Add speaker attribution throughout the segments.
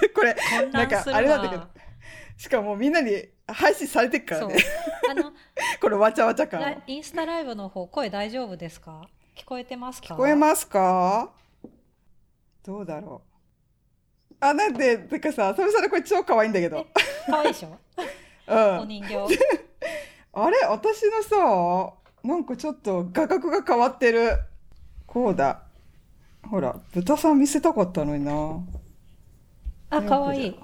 Speaker 1: で これな
Speaker 2: 混
Speaker 1: ん
Speaker 2: 乱
Speaker 1: か
Speaker 2: する
Speaker 1: あれなんだけど
Speaker 2: わ
Speaker 1: しかもみんなに配信されてっから
Speaker 2: そう
Speaker 1: ね
Speaker 2: あの
Speaker 1: このわちゃわちゃ感
Speaker 2: ライインスタライブの方声大丈夫ですか聞こえてますか
Speaker 1: 聞こえますかどうだろうあなんでてかさそれされこれ超可愛いんだけど
Speaker 2: え可愛いでしょ
Speaker 1: うん
Speaker 2: お人形
Speaker 1: あれ私のさなんかちょっと画角が変わってるこうだほら豚さん見せたかったのにな
Speaker 2: あ可愛い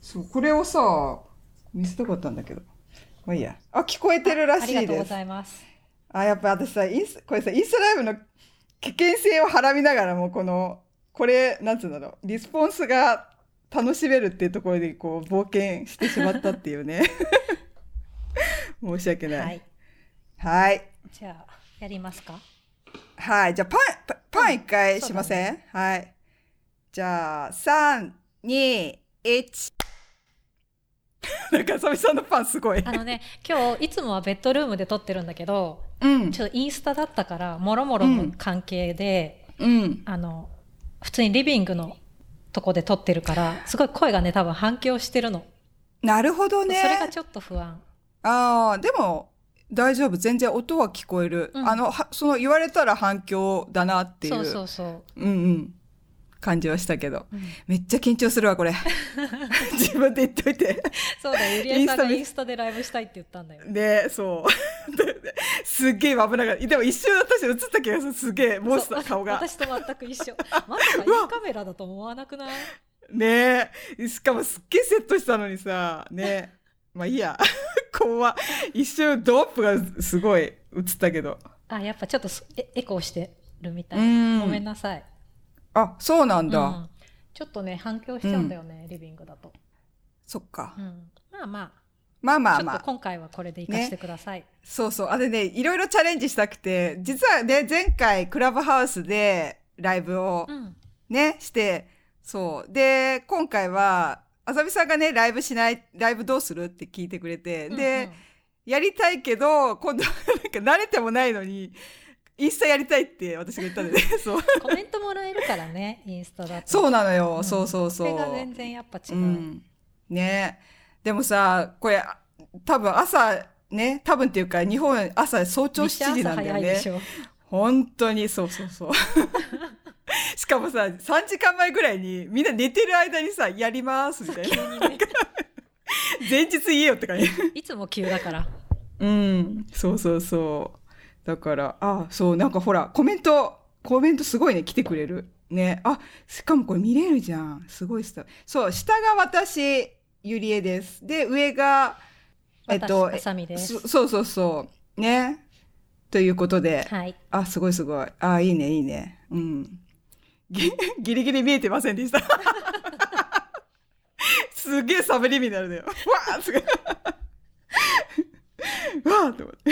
Speaker 1: そうこれをさ見せたかったんだけどまあいいやあ聞こえてるら
Speaker 2: あ
Speaker 1: し
Speaker 2: り
Speaker 1: い
Speaker 2: がとう
Speaker 1: で
Speaker 2: ご
Speaker 1: す
Speaker 2: ざいます
Speaker 1: あ、やっぱ私さ、インス、これさ、インスタライブの危険性をはらみながらも、この、これ、なんつうんだろう、リスポンスが楽しめるっていうところで、こう、冒険してしまったっていうね。 申し訳
Speaker 2: は
Speaker 1: ない。
Speaker 2: い
Speaker 1: はい。
Speaker 2: じゃあやりますか
Speaker 1: はい。じゃあ、パン、パパン一
Speaker 2: う
Speaker 1: 回
Speaker 2: んそうだ
Speaker 1: し
Speaker 2: ね
Speaker 1: ませんはい。じゃあ、3、2、1。なんか、さみさんのパンすごい
Speaker 2: あ。のね今日いつもはベッドルームで撮ってるんだけど
Speaker 1: うん。
Speaker 2: ちょっとインスタだったからもろもろの関係で、
Speaker 1: うん。
Speaker 2: あの普通にリビングのとこで撮ってるからすごい声がね多分反響してるの、
Speaker 1: なるほどね。
Speaker 2: それがちょっと不安
Speaker 1: ああ、でも大丈夫。全然音は聞こえる。
Speaker 2: うん
Speaker 1: あの、はその言われたら反響だなっていう、
Speaker 2: そうそうそう、
Speaker 1: うんうん、感じはしたけど。
Speaker 2: うん
Speaker 1: めっちゃ緊張するわ、こ れ。自分で言っといて。
Speaker 2: そうだよゆりえさんが
Speaker 1: イ
Speaker 2: イ
Speaker 1: ン
Speaker 2: ン
Speaker 1: ス
Speaker 2: スタでライブしたいって言ったんだよ
Speaker 1: で、そう。 ですっげえ危なかった。でも一瞬私映った気がする。すげえ、モンスター
Speaker 2: そう
Speaker 1: 顔が。
Speaker 2: 私と全く一緒 まさかインカメラだと思わなくない
Speaker 1: ねえ。しかもすっげえセットしたのにさ、ねえ。まあいいや。 怖っ一瞬ドアップがすごい映ったけど。
Speaker 2: あやっぱちょっとすエエコーしてるみた
Speaker 1: う
Speaker 2: い
Speaker 1: ん。
Speaker 2: ごめんなさい、
Speaker 1: あ、そうなんだ。
Speaker 2: うんちょっとね反響しちゃうんだよね、リビングだと、
Speaker 1: そっか
Speaker 2: う。ん、まあま
Speaker 1: まあ
Speaker 2: あ、
Speaker 1: まあま
Speaker 2: ちょ
Speaker 1: あ
Speaker 2: っと。今回はこれで活かしてください、
Speaker 1: そうそう。あれね、いろいろチャレンジしたくて、実はね、前回クラブハウスでライブを
Speaker 2: うん
Speaker 1: ね、して、そう。で、今回は、あさみさんがね、ライブしない、ライブどうするって聞いてくれて、で、
Speaker 2: うんうん
Speaker 1: やりたいけど、今度、なんか慣れてもないのに、インスタやりたいって私が言ったんでね、 そう。
Speaker 2: コメントもらえるからね、インスタだと。
Speaker 1: そうなのよ、
Speaker 2: うん
Speaker 1: そうそうそう。
Speaker 2: これが全然やっぱ違う。
Speaker 1: うん、ねでもさこれあ多分朝ね多分っていうか日本朝早朝
Speaker 2: めっちゃ
Speaker 1: 7時なんだよ
Speaker 2: 朝早いで
Speaker 1: ね
Speaker 2: しょ。
Speaker 1: 本当にそうそうそう しかもさ3時間前ぐらいにみんな寝てる間にさやりますみたいな
Speaker 2: 急にね
Speaker 1: 前日言えよって感じ
Speaker 2: いつも急だから。
Speaker 1: うんそうそうそうだからあそうなんかほらコメントコメントすごいね来てくれるねあしかもこれ見れるじゃんすごいスタそう下が私ゆりえですで上がえっと
Speaker 2: 私あさみです。
Speaker 1: そそうそうそう。ね。ということで、
Speaker 2: はい。
Speaker 1: あ、すごいすごい。あ、いいね、いいね。うん。ぎ ギリギリ見えてませんでした。 すげえサブリミナルだよ。 わあすごい。わあと思って。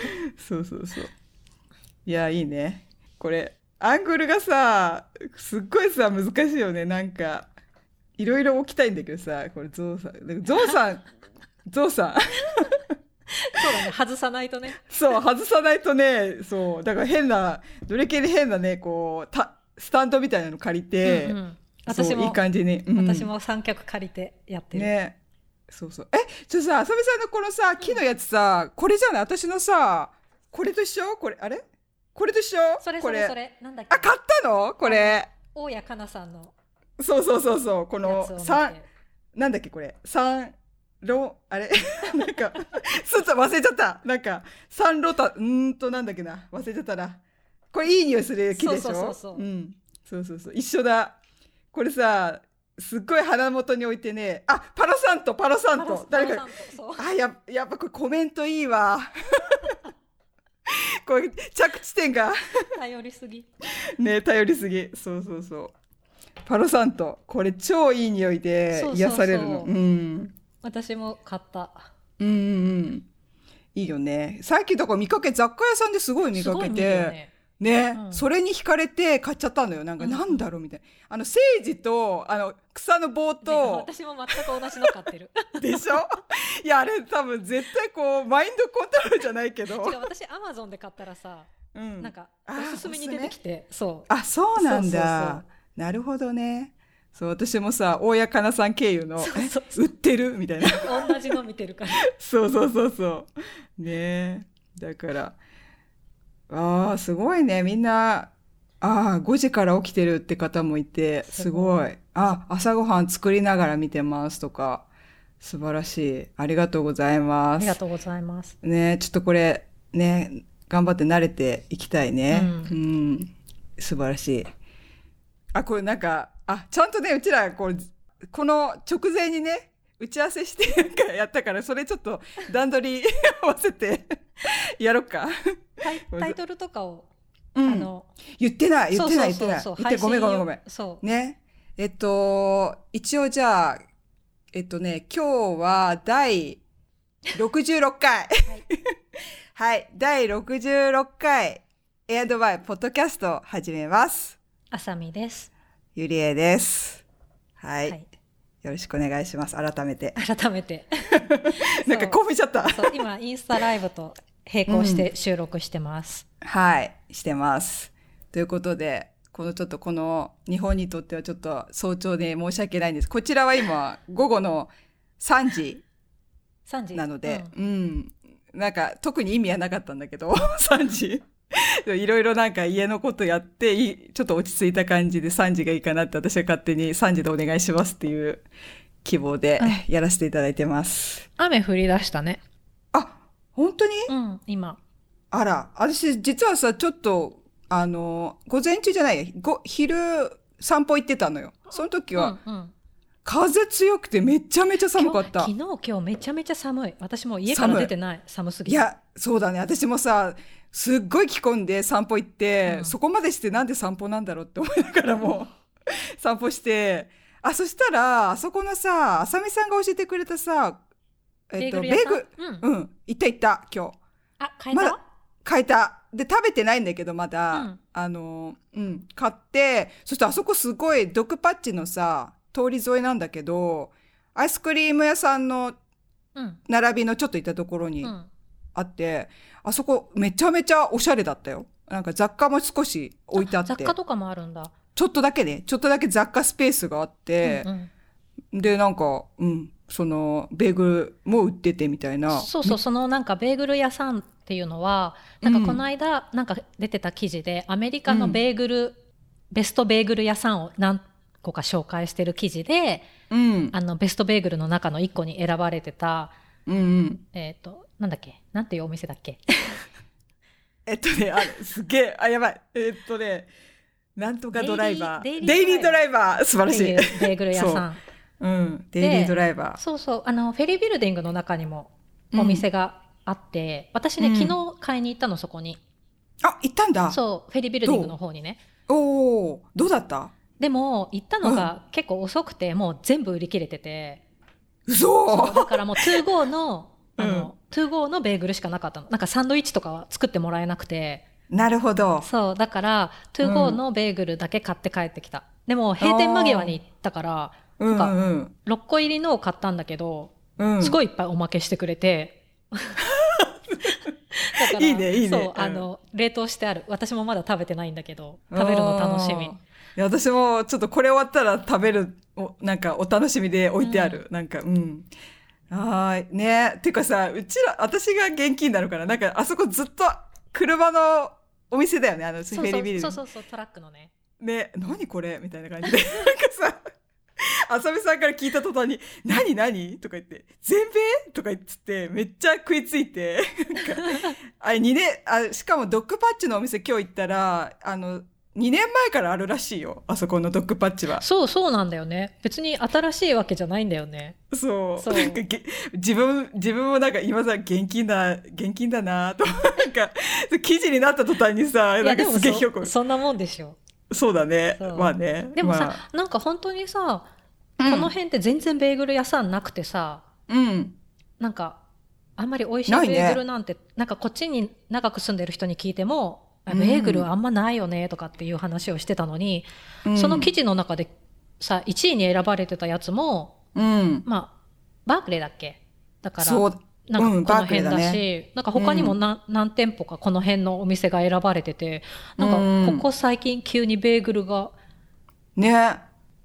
Speaker 1: そうそうそう。いや、いいね。これ、アングルがさ、すっごいさ、難しいよね。なんか、いろいろ置きたいんだけどさ、これ、ゾウさん、ゾウさん、ゾウさん。
Speaker 2: そうだね、外さないとね。
Speaker 1: そう、外さないとね、そう、だから変な、どれ系で変なね、こう、た、スタンドみたいなの借りて、
Speaker 2: うんうん
Speaker 1: そう
Speaker 2: 私も
Speaker 1: いい感じに、うん
Speaker 2: 私も三脚借りてやってる。
Speaker 1: ね。そうそう。え、ちょっとさ、あさみさんのこのさ、木のやつさ、これじゃない私のさ、これと一緒これ、あれこれと一緒
Speaker 2: それ
Speaker 1: こ
Speaker 2: そ
Speaker 1: れ
Speaker 2: れそれ、なんだっけ
Speaker 1: あ、。買ったのこれ。
Speaker 2: 大谷かなさんの
Speaker 1: そうそうそうそう。こ
Speaker 2: や
Speaker 1: の
Speaker 2: つを見て。
Speaker 1: 三なんだっけこれ三ロあれ なんかすっと忘れちゃったなんか三ロタうーんとなんだっけな忘れちゃったなこれいい匂いする木でしょ、
Speaker 2: そうそうそうそうん
Speaker 1: そうそうそう一緒だこれさすっごい鼻元に置いてねあパロサントパロサント
Speaker 2: パラ
Speaker 1: 誰
Speaker 2: パラ
Speaker 1: か
Speaker 2: さんとそう。
Speaker 1: あややっぱこれコメントいいわ これ着地点が
Speaker 2: 頼りすぎ。
Speaker 1: ね頼りすぎそうそうそうパロサントこれ超いい匂いで
Speaker 2: そうそうそう
Speaker 1: 癒されるのうん
Speaker 2: 私も買った。
Speaker 1: うんうんうん。いいよね。最近だから見かけ、雑貨屋さんですごい見
Speaker 2: す
Speaker 1: か
Speaker 2: ご
Speaker 1: け
Speaker 2: い見
Speaker 1: て、
Speaker 2: るよ
Speaker 1: ね
Speaker 2: ね。うん
Speaker 1: それに惹かれて買っちゃったのよ。なんか、
Speaker 2: うん
Speaker 1: なんだろうみたいな。あの、セージと、あの、草の棒
Speaker 2: ね
Speaker 1: と、
Speaker 2: 私も全く同じの買ってる。
Speaker 1: でしょいや、あれ多分絶対こう、マインドコントロールじゃないけど
Speaker 2: 違、う、私アマゾンで買ったらさ、
Speaker 1: うん
Speaker 2: なんか
Speaker 1: あー
Speaker 2: おすすめに出てきてそう
Speaker 1: あそうなんだ
Speaker 2: そうそう
Speaker 1: なるほどねそう私もさ大家かなさん経由の
Speaker 2: そうそう
Speaker 1: え売ってるみたいな
Speaker 2: 同じの見てるから
Speaker 1: そうそうそうそうねえだからあーすごいねみんなああ5時から起きてるって方もいてす
Speaker 2: す
Speaker 1: ごい
Speaker 2: ご
Speaker 1: あ朝ごはん作りながら見てますとか素晴らしいありがとうござい
Speaker 2: あ
Speaker 1: ま
Speaker 2: り
Speaker 1: す
Speaker 2: がとうございます
Speaker 1: ねちょっとこれね頑張って慣れていきたいね、う
Speaker 2: うん
Speaker 1: 素晴らしいあこれなんかあちゃんとねうちらこうこの直前にね打ち合わせして なんかやったからそれちょっと段取り 合わせてやろっか、
Speaker 2: タイタイトルとかを、
Speaker 1: うん
Speaker 2: あの
Speaker 1: 言ってない言ってない言って
Speaker 2: そう
Speaker 1: ない
Speaker 2: そうそう
Speaker 1: 言ってごめんごめんごめん
Speaker 2: 配信をそう
Speaker 1: ね。えっと、一応じゃあ、えっとね、今日は第66回。はい、 第66回、エアドバイポッドキャストを始めます。
Speaker 2: あさみです、
Speaker 1: ゆりえです。はい、
Speaker 2: はい、
Speaker 1: よろしくお願いします。改めて。
Speaker 2: 改めて
Speaker 1: なんか興奮しちゃ った。
Speaker 2: そう今インスタライブと並行して収録してます、
Speaker 1: はい、してます。ということで、このちょっとこの日本にとってはちょっと早朝で申し訳ないんです。こちらは今、午後の3時。
Speaker 2: 3時
Speaker 1: なので、
Speaker 2: う
Speaker 1: うん、なんか特に意味はなかったんだけど、3時。 いろいろなんか家のことやって、いいちょっと落ち着いた感じで3時がいいかなって私は勝手に3時でお願いしますっていう希望でやらせていただいてます。
Speaker 3: 雨降り出したね
Speaker 1: あ、本当に
Speaker 2: んうん、今
Speaker 1: あら、私実はさ、ちょっと、あの、午前中じゃない、ご昼散歩行ってたのよ。その時は、
Speaker 2: うんうん、
Speaker 1: 風強くてめちゃめちゃ寒かった。
Speaker 2: 今日昨日今日めちゃめちゃ寒い私もう家から出てない寒すぎ
Speaker 1: い
Speaker 2: て
Speaker 1: や、そうだね。私もさ、すっごい着込んで散歩行って、
Speaker 2: うん
Speaker 1: そこまでしてなんで散歩なんだろうって思いながらも、 散歩して、あ、そしたら、あそこのさ、あさみさんが教えてくれたさ、えっと、ベ
Speaker 2: 屋
Speaker 1: ー
Speaker 2: さん
Speaker 1: グ、
Speaker 2: うん、
Speaker 1: うん、行った行った、今日。
Speaker 2: あ変えた、
Speaker 1: まだ買えた。で、食べてないんだけど、まだ、
Speaker 2: うん
Speaker 1: あの、うん、買って、そしてあそこすごい、毒パッチのさ、通り沿いなんだけど、アイスクリーム屋さんの
Speaker 2: うん
Speaker 1: 並びのちょっと行ったところに、
Speaker 2: うん、
Speaker 1: あって、あそこめちゃめちゃおしゃれだったよ。なんか雑貨も少し置いてあって
Speaker 2: 雑、貨とかもあるんだ、
Speaker 1: ちょっとだけね、ちょっとだけ雑貨スペースがあって
Speaker 2: う、ん
Speaker 1: で、なんか、うん、その、ベーグルも売っててみたい
Speaker 2: うん、
Speaker 1: な。
Speaker 2: そうそうそのなんかベーグル屋さんっていうのはなんかこの間なんか出てた記事でアメリカのベーグル、ベストベーグル屋さんを何個か紹介してる記事で
Speaker 1: うん。
Speaker 2: あのベストベーグルの中の1個に選ばれてた
Speaker 1: うんうん。
Speaker 2: えっ、となんだっけなんていうお店だっけ
Speaker 1: えっとね、あれ、すげえ、あ、やばい。えっとね、なんとかドライバー。
Speaker 2: デイリ
Speaker 1: デ
Speaker 2: ーデ
Speaker 1: イ
Speaker 2: イ
Speaker 1: リー
Speaker 2: リー
Speaker 1: ド
Speaker 2: ド
Speaker 1: ラ
Speaker 2: ラ
Speaker 1: イバー、素晴らし
Speaker 2: ってい。
Speaker 1: いう
Speaker 2: ベーグル屋さん
Speaker 1: うん。デイリードライバー。
Speaker 2: そうそうあのフェリービルディングの中にもお店があって、私ね、
Speaker 1: うん
Speaker 2: 昨日買いに行ったのそこに
Speaker 1: あ、行ったんだ。
Speaker 2: そうフェリービルディングの方にね
Speaker 1: おお、どうだった
Speaker 2: でも行ったのが結構遅くて、もう全部売り切れててそう
Speaker 1: 嘘
Speaker 2: だからもう 2GO のあ
Speaker 1: うん
Speaker 2: の、2GO のベーグルしかなかったのなんかサンドイッチとかは作ってもらえなくて
Speaker 1: なるほど。
Speaker 2: そうだから
Speaker 1: う
Speaker 2: 2GO
Speaker 1: ん
Speaker 2: のベーグルだけ買って帰ってきた、でも閉店間際に行ったから
Speaker 1: うん
Speaker 2: なん
Speaker 1: うん
Speaker 2: 6個入りのを買ったんだけど
Speaker 1: うん。
Speaker 2: すごいいっぱいおまけしてくれて。だから
Speaker 1: いいねいいね
Speaker 2: そう
Speaker 1: う、ん
Speaker 2: あの、冷凍してある。私もまだ食べてないんだけど、食べるの楽しみ
Speaker 1: あー。いや私もちょっとこれ終わったら食べるおなんかお楽しみで置いてある、なんかうんはーいねてかさうちら私が現金なのかななんかあそこずっと車のお店だよねあのフ
Speaker 2: そ
Speaker 1: ェ
Speaker 2: う
Speaker 1: リ
Speaker 2: そ
Speaker 1: ービル
Speaker 2: うそうそうそう、トラックのね。
Speaker 1: ね何これみたいな感じでなんかさ浅見さんから聞いた途端に「何何?」とか言って「全米?」とか言ってめっちゃ食いついてなんかあれ2年あしかもドッグパッチのお店今日行ったらあの2年前からあるらしいよあそこのドッグパッチは
Speaker 2: そうそうなんだよね。別に新しいわけじゃないんだよね。
Speaker 1: そう
Speaker 2: そう
Speaker 1: なんかげ自分自分もなんか今さ現金だ現金だなとなんか記事になった途端にさ
Speaker 2: い
Speaker 1: な
Speaker 2: や、
Speaker 1: んか
Speaker 2: でも
Speaker 1: すげえ評価
Speaker 2: そそんなもんでしょ。
Speaker 1: そうだね
Speaker 2: そう
Speaker 1: まあね
Speaker 2: でもさ、
Speaker 1: ま
Speaker 2: なんか本当にさ、
Speaker 1: あ
Speaker 2: この辺って全然ベーグル屋さんなくてさ、
Speaker 1: うん、うん
Speaker 2: なんか、あんまり美味しい
Speaker 1: ないね
Speaker 2: ベーグルなんて、なんかこっちに長く住んでる人に聞いても、あ
Speaker 1: うん
Speaker 2: ベーグルはあんまないよねとかっていう話をしてたのに、
Speaker 1: うん
Speaker 2: その記事の中でさ、1位に選ばれてたやつも、
Speaker 1: うん。
Speaker 2: まあ、バークレーだっけだから、
Speaker 1: そう、
Speaker 2: なんかこ
Speaker 1: うんバー
Speaker 2: の
Speaker 1: クレー
Speaker 2: 辺
Speaker 1: だね
Speaker 2: だし、なんか他にも何,、何店舗かこの辺のお店が選ばれててなんか
Speaker 1: うん
Speaker 2: ここ最近急にベーグルが
Speaker 1: ね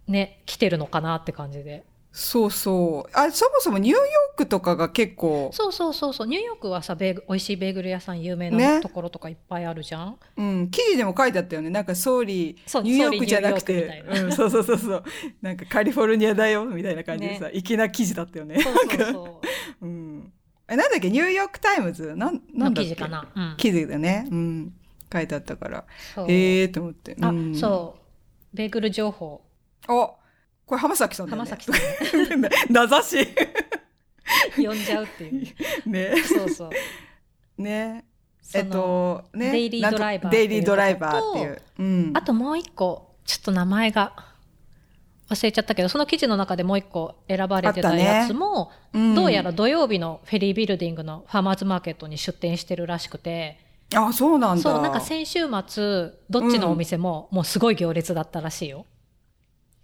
Speaker 2: ね来てるのかなって感じで
Speaker 1: そうそうあそもそもニューヨークとかが結構
Speaker 2: そうそうそうそうニューヨークはさベーグ美味しいベーグル屋さん有名
Speaker 1: ね
Speaker 2: なところとかいっぱいあるじゃん、
Speaker 1: うん、記事でも書いてあったよね。なんか総理、
Speaker 2: そう
Speaker 1: ニューヨークじゃなく
Speaker 2: 総理
Speaker 1: て
Speaker 2: ニューヨークみたい、
Speaker 1: うん、そうそうそうそう。なんかカリフォルニアだよみたいな感じでさ、粋な記事だったよね。
Speaker 2: そうそうそ
Speaker 1: うん。え、なんだっけ、ニューヨークタイムズなん、
Speaker 2: う
Speaker 1: な
Speaker 2: の
Speaker 1: んだっ
Speaker 2: 記
Speaker 1: け
Speaker 2: 事か。な、うん、
Speaker 1: 記事だね。うん。書いてあったから。
Speaker 2: そう
Speaker 1: へえーと思って。
Speaker 2: あ、
Speaker 1: ん、
Speaker 2: そうベーグル情報
Speaker 1: う。お、これ浜崎さんだよ
Speaker 2: 浜
Speaker 1: ね。
Speaker 2: 崎さ ん
Speaker 1: ん。名指し。
Speaker 2: 呼んじゃうっ ていう
Speaker 1: ね。
Speaker 2: そうそう
Speaker 1: ね。
Speaker 2: そ
Speaker 1: え
Speaker 2: の
Speaker 1: っと、ね。
Speaker 2: デイリードライバーって
Speaker 1: デイ
Speaker 2: い
Speaker 1: リ
Speaker 2: う
Speaker 1: ードライバーっていう。うん。
Speaker 2: あともう一個ちょっと名前が忘れちゃったけどその記事の中でもう一個選ばれて
Speaker 1: あった
Speaker 2: た
Speaker 1: ね
Speaker 2: やつも、
Speaker 1: ん
Speaker 2: どうやら。土曜日のフェリービルディングのファーマーズマーケットに出店してるらしくて
Speaker 1: あ、そうなんだ。
Speaker 2: そうなんか先週末どっちのお店も、もうすごい行列だったらしいよ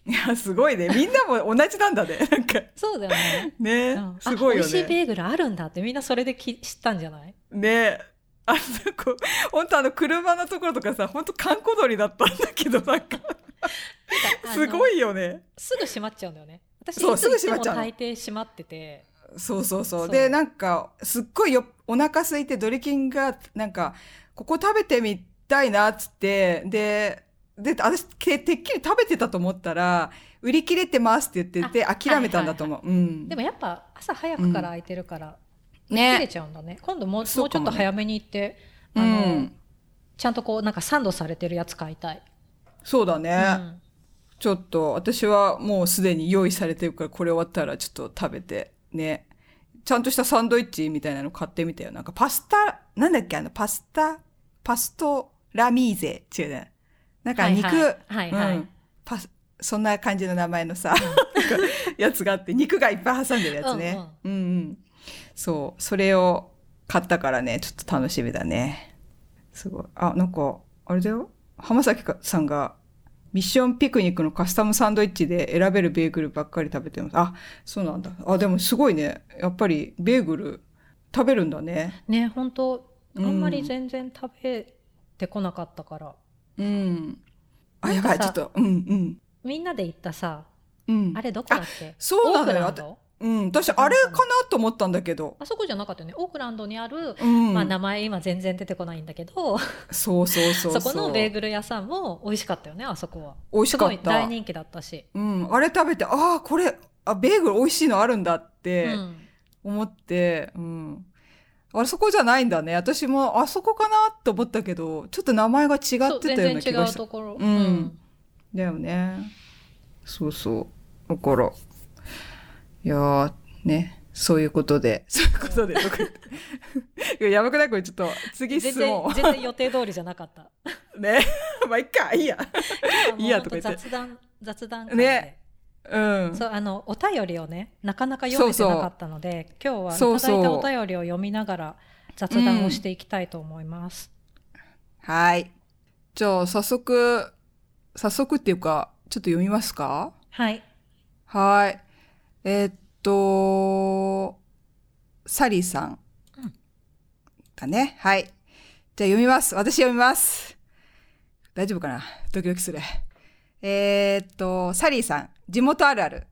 Speaker 1: いや、すごいね。みんなも同じなんだね。 なんか、
Speaker 2: そうだよね
Speaker 1: ね、
Speaker 2: うん
Speaker 1: すごい
Speaker 2: あ美
Speaker 1: よ
Speaker 2: 味しい
Speaker 1: ね。
Speaker 2: ベーグルあるんだってみんなそれでき知ったんじゃない
Speaker 1: ねあそこ、本当あの、車のところとかさ、本当観光鳥だったんだけど、なんか、すご
Speaker 2: い
Speaker 1: いよね。
Speaker 2: すぐ閉まっちゃうんだよね私
Speaker 1: そう
Speaker 2: いつ行っ
Speaker 1: すぐ閉
Speaker 2: て
Speaker 1: ま
Speaker 2: も
Speaker 1: っちゃうの
Speaker 2: 大抵閉まってて
Speaker 1: そうそうそう。
Speaker 2: そう
Speaker 1: で、なんか、すっごいよ、お腹空いてドリキンが、なんか、ここ食べてみたいな、っつって、で、で、私、ててっきり食べてたと思ったら、売り切れてますって言ってて、
Speaker 2: あ
Speaker 1: 諦めたんだと思う。うん。
Speaker 2: でもやっぱ朝早くから空いてるから、切れ
Speaker 1: ね。
Speaker 2: ちゃうんだね今度もう
Speaker 1: そう
Speaker 2: もうち
Speaker 1: か
Speaker 2: ょっ
Speaker 1: もね
Speaker 2: と早めに行って、
Speaker 1: う
Speaker 2: あの
Speaker 1: ん。
Speaker 2: ちゃんとこうなんかサンドされてるやつ買いたい、
Speaker 1: そうだね。
Speaker 2: うん
Speaker 1: ちょっと私はもうすでに用意されてるからこれ終わったらちょっと食べてねちゃんとしたサンドイッチみたいなの買ってみたよなんかパスタなんだっけあのパスタパストラミーゼ違うねなんか肉、
Speaker 2: はいはいはいはい
Speaker 1: うん、パスそんな感じの名前のさ、なんか やつがあって肉がいっぱい挟んでるやつねうんうん、そうそれを買ったからねちょっと楽しみだねすごいあなんかあれだよ浜崎さんがミッションピクニックのカスタムサンドイッチで選べるベーグルばっかり食べてます。あ、そうなんだ。あ、でもすごいね。やっぱりベーグル食べるんだね。
Speaker 2: ね本当
Speaker 1: う
Speaker 2: あ
Speaker 1: ん
Speaker 2: んまり全然食べてこなかったから、
Speaker 1: うん。あ、
Speaker 2: な
Speaker 1: や
Speaker 2: んか
Speaker 1: ば
Speaker 2: さ
Speaker 1: い。ちょっと、うんうん。
Speaker 2: みんなで行ったさ
Speaker 1: うん。
Speaker 2: あれどこだっけ
Speaker 1: そうなのよ
Speaker 2: オークランド
Speaker 1: うん。私、あれかなと思ったんだけど。
Speaker 2: あそこじゃなかったよねオークランドにある、
Speaker 1: うん。
Speaker 2: まあ、名前今全然出てこないんだけ
Speaker 1: そ
Speaker 2: ど
Speaker 1: うそうそう。
Speaker 2: そうこのベーグル屋さんも美味しかったよねあそこは
Speaker 1: 美味しかった
Speaker 2: すごい大人気だったし、
Speaker 1: うん。あれ食べて、ああ、これ、あ、ベーグル美味しいのあるんだっ
Speaker 2: う
Speaker 1: て。
Speaker 2: ん、
Speaker 1: 思って、うん。あれそこじゃないんだね。私もあそこかなと思ったけど、ちょっと名前が違
Speaker 2: そ
Speaker 1: っ
Speaker 2: う
Speaker 1: てたよう
Speaker 2: 全
Speaker 1: な
Speaker 2: 然
Speaker 1: 気
Speaker 2: 違
Speaker 1: が
Speaker 2: う
Speaker 1: した。
Speaker 2: ところ、
Speaker 1: うんだよね。そうそう。だから、いやー、ね。そういうことで。 そういうことで。とか言ってやば くないこれちょっと、次
Speaker 2: 全
Speaker 1: 質
Speaker 2: 然
Speaker 1: 問。
Speaker 2: 全然予定通りじゃなか った
Speaker 1: ね。まあ、いっか。いいや。いいやとか言って
Speaker 2: 本当雑談雑談会で、
Speaker 1: ねうん。
Speaker 2: そうあのお便りをねなかなか読めてなかったので今日
Speaker 1: そ
Speaker 2: は
Speaker 1: う
Speaker 2: い
Speaker 1: そう
Speaker 2: ただいたお便りを読みながら雑談をしていきたいと思います、
Speaker 1: はい。じゃあ、早速、早速っていうか、ちょっと読みますか
Speaker 2: はい
Speaker 1: はい。えーっと、サリーさん
Speaker 2: うん。
Speaker 1: だね。はい。じゃあ読みます。私読みます。大丈夫かなドキドキする。えーっと、サリーさん。地元あるある。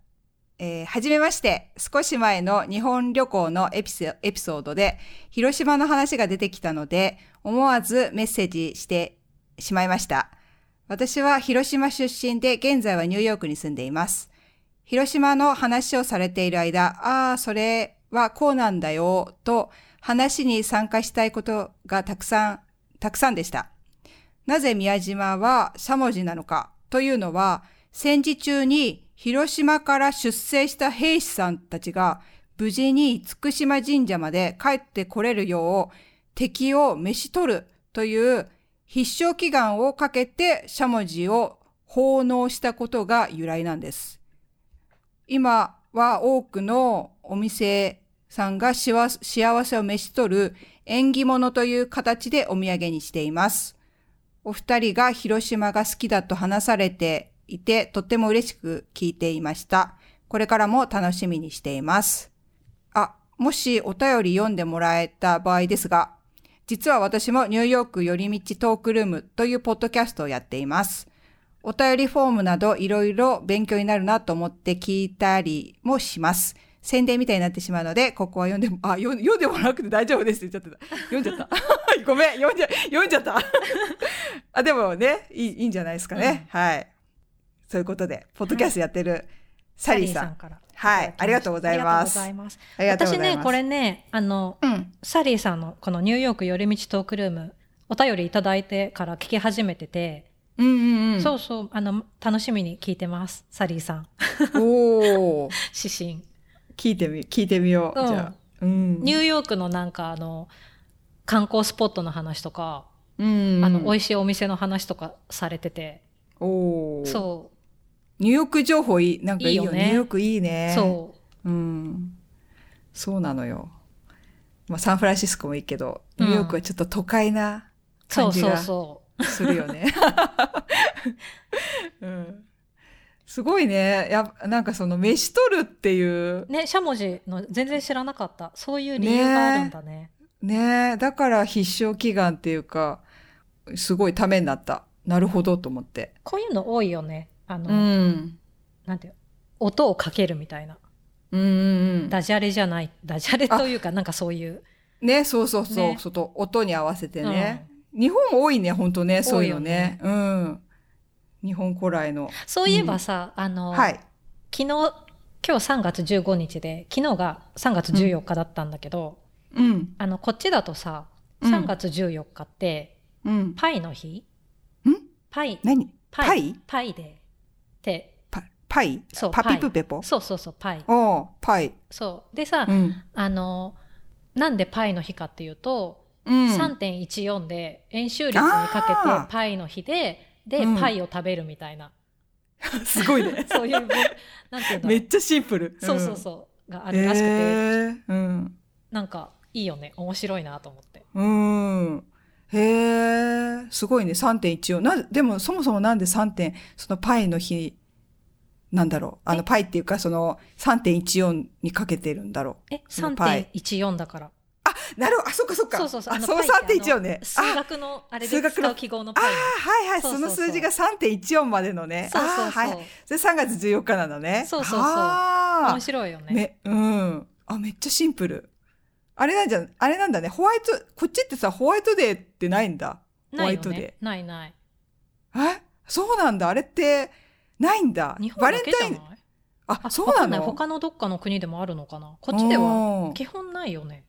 Speaker 1: えーはじめまして。少し前の日本旅行のエピソエピソードで、広島の話が出てきたので、思わずメッセージしてしまいました。私は広島出身で、現在はニューヨークに住んでいます。広島の話をされている間、ああ、それはこうなんだよ、と話に参加したいことがたくさん、たくさんでした。なぜ宮島はしゃもじなのかというのは、戦時中に広島から出征した兵士さんたちが無事に厳島神社まで帰ってこれるよう敵を召し取るという必勝祈願をかけてしゃもじを奉納したことが由来なんです。今は多くのお店さんがしわ幸せを召し取る縁起物という形でお土産にしています。お二人が広島が好きだと話されていて、とっても嬉しく聞いていました。これからも楽しみにしています。あ、もしお便り読んでもらえた場合ですが、実は私もニューヨーク寄り道トークルームというポッドキャストをやっています。お便りフォームなどいろいろ勉強になるなと思って聞いたりもします。宣伝みたいになってしまうので、ここは読んでも、あ、読ん読んでもなくて大丈夫ですって言っちゃってた。読んじゃった。 ごめん、読んじゃ、読んじゃった。 あ、でもね、いいいいんじゃないですかね。はい。そういうことで、ポッドキャストやってる、サリーさん。
Speaker 2: から
Speaker 1: はいありがとうございます
Speaker 2: ありがとうございます
Speaker 1: ありがとうござ
Speaker 2: 私
Speaker 1: います。
Speaker 2: ねこれねあの
Speaker 1: うん。
Speaker 2: サリーさんのこのニューヨーク寄り道トークルームお便りいただいてから聞き始めてて、
Speaker 1: うんうんうん。
Speaker 2: そう そうあの楽しみに聞いてますサリーさん
Speaker 1: おお。
Speaker 2: 指針
Speaker 1: 聞いてみ、聞いてみよう。
Speaker 2: うん
Speaker 1: じゃあ。うん。
Speaker 2: ニューヨークのなんかあの観光スポットの話とか、
Speaker 1: うん。
Speaker 2: あの美味しいお店の話とかされてて、
Speaker 1: おお。。
Speaker 2: そう
Speaker 1: ニューヨーク情報いい。なんかいいよ。
Speaker 2: いいよね、
Speaker 1: ニューヨークいいうね。。
Speaker 2: そう
Speaker 1: うん。そうなのよ。まあ、サンフランシスコもいいけど、
Speaker 2: う
Speaker 1: ニ
Speaker 2: ん
Speaker 1: ューヨークはちょっと都会な
Speaker 2: うそ
Speaker 1: 感
Speaker 2: う
Speaker 1: じ
Speaker 2: そう
Speaker 1: が
Speaker 2: そ
Speaker 1: するよね。 うん。すごいね。やっなんかその、飯取るっていう
Speaker 2: うねしゃもじの全然知らなかったそういう理由があるんだね
Speaker 1: ねえ、だから必勝祈願っていうか、すごいためになった。なるほどと思って。
Speaker 2: こういうの多いよねあの、
Speaker 1: ん。
Speaker 2: なんていう音をかけるみたいな
Speaker 1: うんうん
Speaker 2: ダジャレじゃないダジャレというかなんかそういう
Speaker 1: うん。ね、そうそうそう、
Speaker 2: ね
Speaker 1: その音に合わせてね。日本多いね、ほんとね、そういうのね。うん。日本古来の。
Speaker 2: そういえばさ、あの、
Speaker 1: はい。
Speaker 2: 昨日今日3月15日で昨日が3月14日だったんだけど、
Speaker 1: うん。
Speaker 2: あのこっちだとさ
Speaker 1: うん
Speaker 2: 3月14日って
Speaker 1: うん。
Speaker 2: パイの日、
Speaker 1: ん
Speaker 2: パイ
Speaker 1: 何
Speaker 2: パイ
Speaker 1: パイ
Speaker 2: パイでって
Speaker 1: パパイ
Speaker 2: そう
Speaker 1: パ
Speaker 2: パ
Speaker 1: ピ
Speaker 2: イ
Speaker 1: プペポ
Speaker 2: そうそうそうパイ
Speaker 1: おうパイ。
Speaker 2: そうでさ、
Speaker 1: うん。
Speaker 2: あのなんでパイの日かっていうと、
Speaker 1: うん。
Speaker 2: 3.14で円周率にかけ
Speaker 1: あー
Speaker 2: てパイの日でで、
Speaker 1: うん
Speaker 2: パイを食べるみたいな
Speaker 1: すごいね。
Speaker 2: そういうぶなんていうんだろ
Speaker 1: め
Speaker 2: う
Speaker 1: っちゃシンプル。
Speaker 2: そうそうそうがあるらしくて、
Speaker 1: へえうん。
Speaker 2: なんかいいよね面白いなと思って
Speaker 1: うーん。へえ、すごいね、3.14。な、でもそもそもなんで3点、そのパイの日、なんだろう。あ
Speaker 2: え
Speaker 1: の、パイっていうか、その3.14にかけてるんだろ
Speaker 2: え
Speaker 1: そのパイ
Speaker 2: 3.14だから
Speaker 1: う。なるほど、あ、そっかそっか。
Speaker 2: そうそうそう
Speaker 1: あ、
Speaker 2: の
Speaker 1: その
Speaker 2: パイって
Speaker 1: 3.14
Speaker 2: あの
Speaker 1: ね。
Speaker 2: 数
Speaker 1: あ、
Speaker 2: 学のあれ
Speaker 1: 数
Speaker 2: で
Speaker 1: 学の
Speaker 2: 使う記号のパイ
Speaker 1: あはいはい、
Speaker 2: そう
Speaker 1: そ
Speaker 2: そうそ
Speaker 1: の数
Speaker 2: う
Speaker 1: 字が3.14までのね。
Speaker 2: そうそうそう、
Speaker 1: あはい。それ3月14日なのね。
Speaker 2: そうそうそう
Speaker 1: あ
Speaker 2: 面白いよ
Speaker 1: ー
Speaker 2: ね
Speaker 1: め、うん。あ、めっちゃシンプル。あれなんじゃ、あれなんだね。ホワイト、こっちってさ、ホワイトデーってないんだ。ホ
Speaker 2: な
Speaker 1: ワ
Speaker 2: い
Speaker 1: イ
Speaker 2: よ
Speaker 1: トデー
Speaker 2: ねないない
Speaker 1: えそうなんだあれってないんだ
Speaker 2: 日本
Speaker 1: バ
Speaker 2: だ
Speaker 1: レン
Speaker 2: けじ
Speaker 1: タ
Speaker 2: ゃ
Speaker 1: イ
Speaker 2: ない
Speaker 1: ンあ
Speaker 2: あ
Speaker 1: そう
Speaker 2: わ
Speaker 1: な
Speaker 2: かんい
Speaker 1: の
Speaker 2: 他のどっかの国でもあるのかなこっちでは
Speaker 1: おー
Speaker 2: 基本ないよね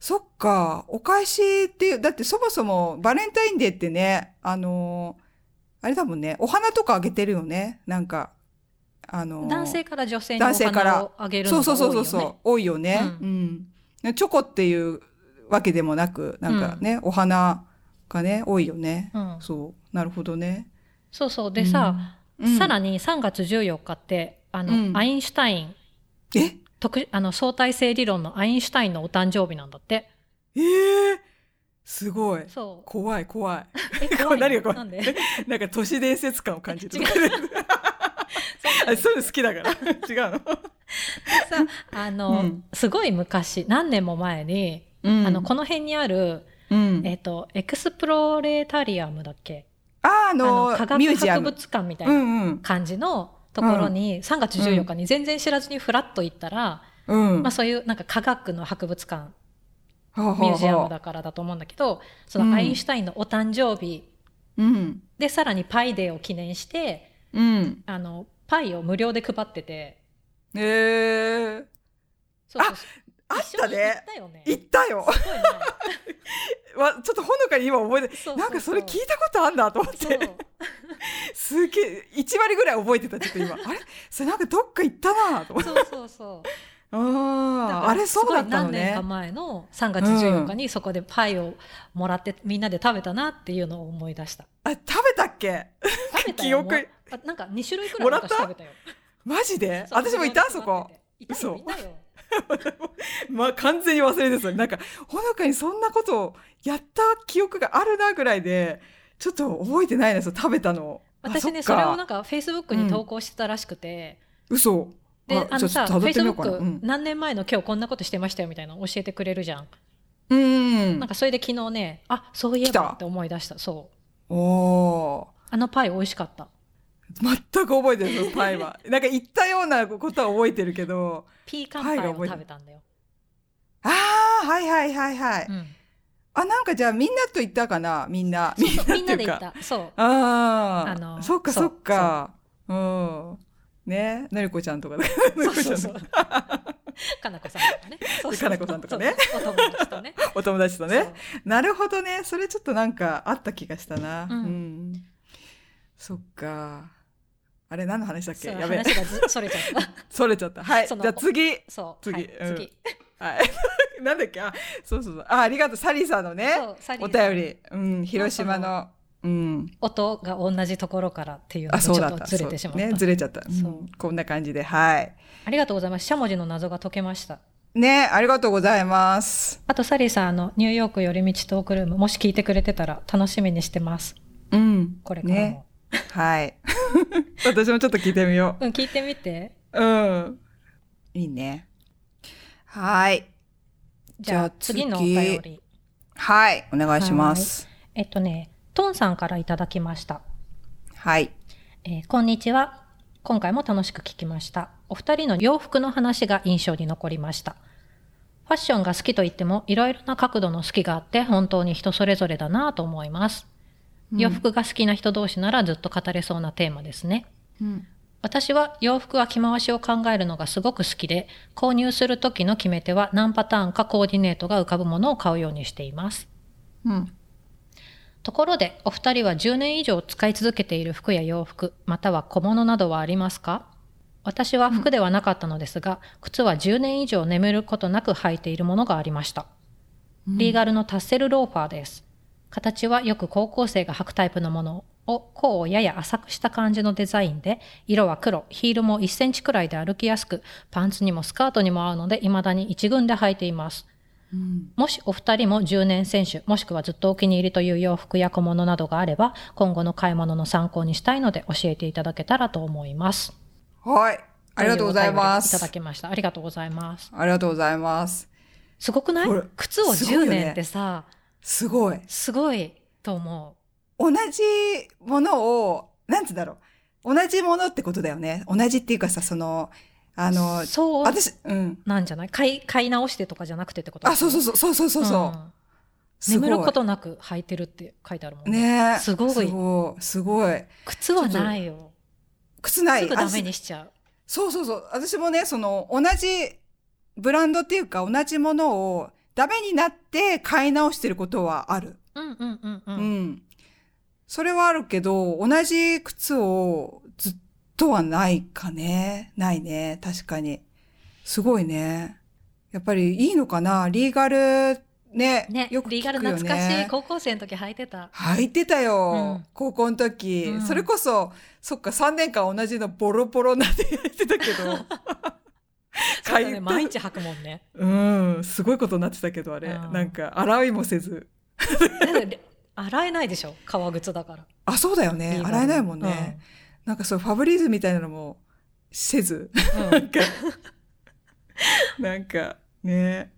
Speaker 1: そっかお返しっていうだってそもそもバレンタインデーってねあのーあれだもんねお花とかあげてるよねなんかあのー
Speaker 2: 男性から女性にお
Speaker 1: 男性か
Speaker 2: 花
Speaker 1: ら
Speaker 2: をあげる
Speaker 1: そ
Speaker 2: の
Speaker 1: う
Speaker 2: が
Speaker 1: そ
Speaker 2: 多
Speaker 1: う
Speaker 2: いよ
Speaker 1: そう
Speaker 2: ね
Speaker 1: そうそう多いよねう
Speaker 2: う
Speaker 1: ん、チョコっていうわけでもなくなんかね、お花がね多いよね、
Speaker 2: うん
Speaker 1: そうなるほどね
Speaker 2: そうそうでさ、さらに3月14日ってあの、
Speaker 1: うん
Speaker 2: アインシュタイン
Speaker 1: にえ
Speaker 2: 特あの相対性理論のアインシュタインのお誕生日なんだって
Speaker 1: えー、すごい
Speaker 2: そう
Speaker 1: 怖い怖い
Speaker 2: え
Speaker 1: これ何が
Speaker 2: 怖
Speaker 1: 怖
Speaker 2: い
Speaker 1: い
Speaker 2: なんで
Speaker 1: なんか都市伝説感を感じる。
Speaker 2: 違う
Speaker 1: あそういうの好きだ から。違うの。
Speaker 2: さあの、
Speaker 1: うん
Speaker 2: すごい昔何年も前に、あのこの辺にある、
Speaker 1: うん
Speaker 2: えっとエクスプロレタリアムだっけ
Speaker 1: ああの
Speaker 2: 科
Speaker 1: ミュ
Speaker 2: 学
Speaker 1: ージア
Speaker 2: 博
Speaker 1: ム。
Speaker 2: 物館みたいうなん
Speaker 1: うん
Speaker 2: 感じのところに、3月14日に全然知らずにフラッと行ったら、
Speaker 1: うん。
Speaker 2: まあ、そういうなんか科学の博物館
Speaker 1: はあはあはあ
Speaker 2: ミュージアムだからだと思うんだけどそのアインシュタインのお誕生日
Speaker 1: うん
Speaker 2: でさらにパイデーを記念して
Speaker 1: うん。
Speaker 2: あのパイを無料で配ってて
Speaker 1: ええ
Speaker 2: そうそうそう
Speaker 1: あ
Speaker 2: 一緒に行ったよね
Speaker 1: 行ったよ。
Speaker 2: すごいね
Speaker 1: わちょっとほのかに今覚えて。
Speaker 2: そうそうそう
Speaker 1: なんかそれ聞いたことあんだと思っ
Speaker 2: そう
Speaker 1: て。すげえ一割ぐらい覚えてたちょっと今。あれそれなんかどっか行ったなと思って。
Speaker 2: そうそうそうだか
Speaker 1: あ
Speaker 2: ら
Speaker 1: ああれそうだったの
Speaker 2: すごい何年
Speaker 1: ね
Speaker 2: か。前の3月14日にそこでパイをもらってみんなで食べたなっていうのを思い出した。
Speaker 1: あ食べたっけ？
Speaker 2: 食べたよ。
Speaker 1: 記憶
Speaker 2: もうあなんか2種類くらい
Speaker 1: もらっ
Speaker 2: 私
Speaker 1: た
Speaker 2: 食べたよ。
Speaker 1: マジで？
Speaker 2: そう
Speaker 1: 私もいたそこ。。
Speaker 2: いたよ。
Speaker 1: 嘘
Speaker 2: いたよ。
Speaker 1: まあ完全に忘れてた。なんか、ほのかにそんなことをやった記憶があるなぐらいで、ちょっと覚えてないな、その食べたの。あ
Speaker 2: 私ねそ
Speaker 1: っか
Speaker 2: れをなんかフェイスブックに投稿してたらしくて、
Speaker 1: 嘘。
Speaker 2: で
Speaker 1: あ
Speaker 2: あのさ
Speaker 1: ちょ
Speaker 2: フ
Speaker 1: っと辿
Speaker 2: ェ
Speaker 1: っ
Speaker 2: イ
Speaker 1: てみ
Speaker 2: スブ
Speaker 1: ようかな
Speaker 2: ッ
Speaker 1: うん
Speaker 2: ク何年前の今日こんなことしてましたよみたいなの教えてくれるじゃん、
Speaker 1: うん
Speaker 2: なんかそれで昨日ねあそういえ
Speaker 1: 来た
Speaker 2: ばって思い出したそう
Speaker 1: おお
Speaker 2: あのパイ美味しかった
Speaker 1: ー全く覚えて るそのパイはなんか言ったようなことは覚えてるけど
Speaker 2: ピーカンパイ
Speaker 1: パイが
Speaker 2: を
Speaker 1: 覚えて
Speaker 2: 食
Speaker 1: る
Speaker 2: べたんだよ、
Speaker 1: ああはいはいはいはい、
Speaker 2: うん、
Speaker 1: あなんかじゃあみんなと行ったかなみんな
Speaker 2: そう そうみんな
Speaker 1: って
Speaker 2: で
Speaker 1: いうか
Speaker 2: 行ったそう
Speaker 1: ああ、
Speaker 2: あの
Speaker 1: そっか
Speaker 2: そう
Speaker 1: そっか。うん。ね、のりこちゃんとか、ね、のりこちゃんとか、
Speaker 2: かなこさんとかね。そうそう
Speaker 1: かなこさんとかね。
Speaker 2: そうお友達とね。
Speaker 1: お友達とね。
Speaker 2: そ
Speaker 1: なるほどね。それちょっとなんかあった気がしたな。う。
Speaker 2: うんん
Speaker 1: そっか。あれ、何の話だっけ
Speaker 2: うそう
Speaker 1: やべえ。
Speaker 2: 話がずそれちゃった。
Speaker 1: それちゃった。はい。じ
Speaker 2: その
Speaker 1: ゃあ次。
Speaker 2: そう。
Speaker 1: 次
Speaker 2: はい
Speaker 1: うん
Speaker 2: 次。
Speaker 1: はい。 なんだっけあ、そうそうそう。あ、ありがとう。サリーさんのね、
Speaker 2: そうサリー
Speaker 1: お便り。うん。広島の。うん。
Speaker 2: 音が同じところからっていうの
Speaker 1: あ、
Speaker 2: でち
Speaker 1: そう
Speaker 2: ょ
Speaker 1: だ
Speaker 2: っ
Speaker 1: っ
Speaker 2: と
Speaker 1: た。
Speaker 2: ずれてしまっ
Speaker 1: そう
Speaker 2: た。
Speaker 1: ね、ずれちゃった。う
Speaker 2: そうん
Speaker 1: こんな感じで、はい。
Speaker 2: ありがとうございます。しゃもじの謎が解けました。
Speaker 1: ね、ありがとうございます。
Speaker 2: あとサリーさんあのニューヨーク寄り道トークルームもし聞いてくれてたら楽しみにしてます。
Speaker 1: うん。
Speaker 2: これからも。
Speaker 1: ねはい。 私もちょっと聞いてみよ
Speaker 2: うん聞いてみて。
Speaker 1: う。うん。いいね。はい。
Speaker 2: じ
Speaker 1: じ
Speaker 2: ゃ
Speaker 1: ゃ
Speaker 2: あ
Speaker 1: あ次
Speaker 2: 次のお便り。
Speaker 1: はい。お願いします。
Speaker 2: えっとねトンさんからいただきました。
Speaker 1: はい。
Speaker 2: えーこんにちは。今回も楽しく聞きました。お二人の洋服の話が印象に残りました。ファッションが好きといっても、いろいろな角度の好きがあって、本当に人それぞれだなぁと思います。洋服が好きな人同士ならずっと語れそうなテーマですね。
Speaker 1: うん。
Speaker 2: 私は洋服は着回しを考えるのがすごく好きで、購入する時の決め手は何パターンかコーディネートが浮かぶものを買うようにしています。
Speaker 1: うん。
Speaker 2: ところで、お二人は10年以上使い続けている服や洋服、または小物などはありますか私は服ではなかったのですが、靴は10年以上眠ることなく履いているものがありました。リーガルのタッセルローファーです。形はよく高校生が履くタイプのものを、甲をやや浅くした感じのデザインで、色は黒、ヒールも1センチくらいで歩きやすく、パンツにもスカートにも合うので、未だに一軍で履いています。もしお二人も10年選手、もしくはずっとお気に入りという洋服や小物などがあれば、今後の買い物の参考にしたいので教えていただけたらと思います。
Speaker 1: はい。ありがとうございま
Speaker 2: というお便りをいただ
Speaker 1: す。
Speaker 2: きました。ありがとうございます。
Speaker 1: ありがとうございます。
Speaker 2: すごくない
Speaker 1: これ
Speaker 2: 靴を
Speaker 1: すごい
Speaker 2: 10
Speaker 1: よね
Speaker 2: 年ってさ、
Speaker 1: すごい。
Speaker 2: すごいと思
Speaker 1: 同じものを、なんつうんだろう。同じものってことだよね。同じっていうかさ、その、あ
Speaker 2: う。
Speaker 1: の、
Speaker 2: そう
Speaker 1: 私、うん。
Speaker 2: なんじゃない買い買い直してとかじゃなくてってこと
Speaker 1: あ、そうそうそう、そうそうそうそう。
Speaker 2: ん
Speaker 1: すごい
Speaker 2: 眠ることなく履いてるって書いてあるもんね。
Speaker 1: ねえ
Speaker 2: すごい
Speaker 1: すごい。すごい。
Speaker 2: 靴はないよ。
Speaker 1: 靴ない。
Speaker 2: すぐダメ
Speaker 1: あ
Speaker 2: にしちゃう。
Speaker 1: そうそうそう。私もね、その、同じブランドっていうか、同じものをダメになって買い直してることはある。
Speaker 2: うんうんうんう。
Speaker 1: うんん。それはあるけど、同じ靴をずっとはないかね。ないね。確かに。すごいね。やっぱりいいのかなリーガル、ね。
Speaker 2: ね、
Speaker 1: よく聞くよね。
Speaker 2: リーガル懐かしい。高校生の時履いてた。
Speaker 1: 履いてたよ、
Speaker 2: うん
Speaker 1: 高校の時、
Speaker 2: うん
Speaker 1: それこそそっか3年間同じのボロボロなって 履いてたけど
Speaker 2: そうだね、毎日履くもんね。
Speaker 1: うんすごいことになってたけどあれ、
Speaker 2: うん
Speaker 1: なんか洗いもせず
Speaker 2: だって洗えないでしょ、革靴だから。
Speaker 1: あそうだよ
Speaker 2: リ
Speaker 1: ね
Speaker 2: ーガル
Speaker 1: 洗えないもんね、。なんかそうファブリーズみたいなのもせず
Speaker 2: う ん
Speaker 1: なんかなんかね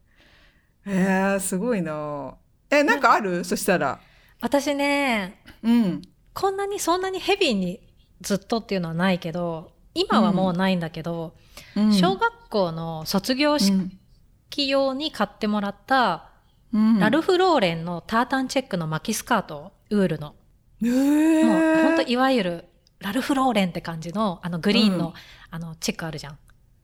Speaker 1: えー、すごいなえなんかあるそしたら
Speaker 2: 私ね、
Speaker 1: うん
Speaker 2: こんなにそんなにヘビーにずっとっていうのはないけど、今はもうないんだけど、
Speaker 1: うん
Speaker 2: 小学校の卒業式用に買ってもらった、
Speaker 1: うん
Speaker 2: ラルフ・ローレンのタータンチェックの巻きスカート、ウールの。
Speaker 1: え
Speaker 2: もう
Speaker 1: ー
Speaker 2: 本当いわゆるラルフ・ローレンって感じの、あのグリーンの、
Speaker 1: うん
Speaker 2: あのチェックあるじゃん。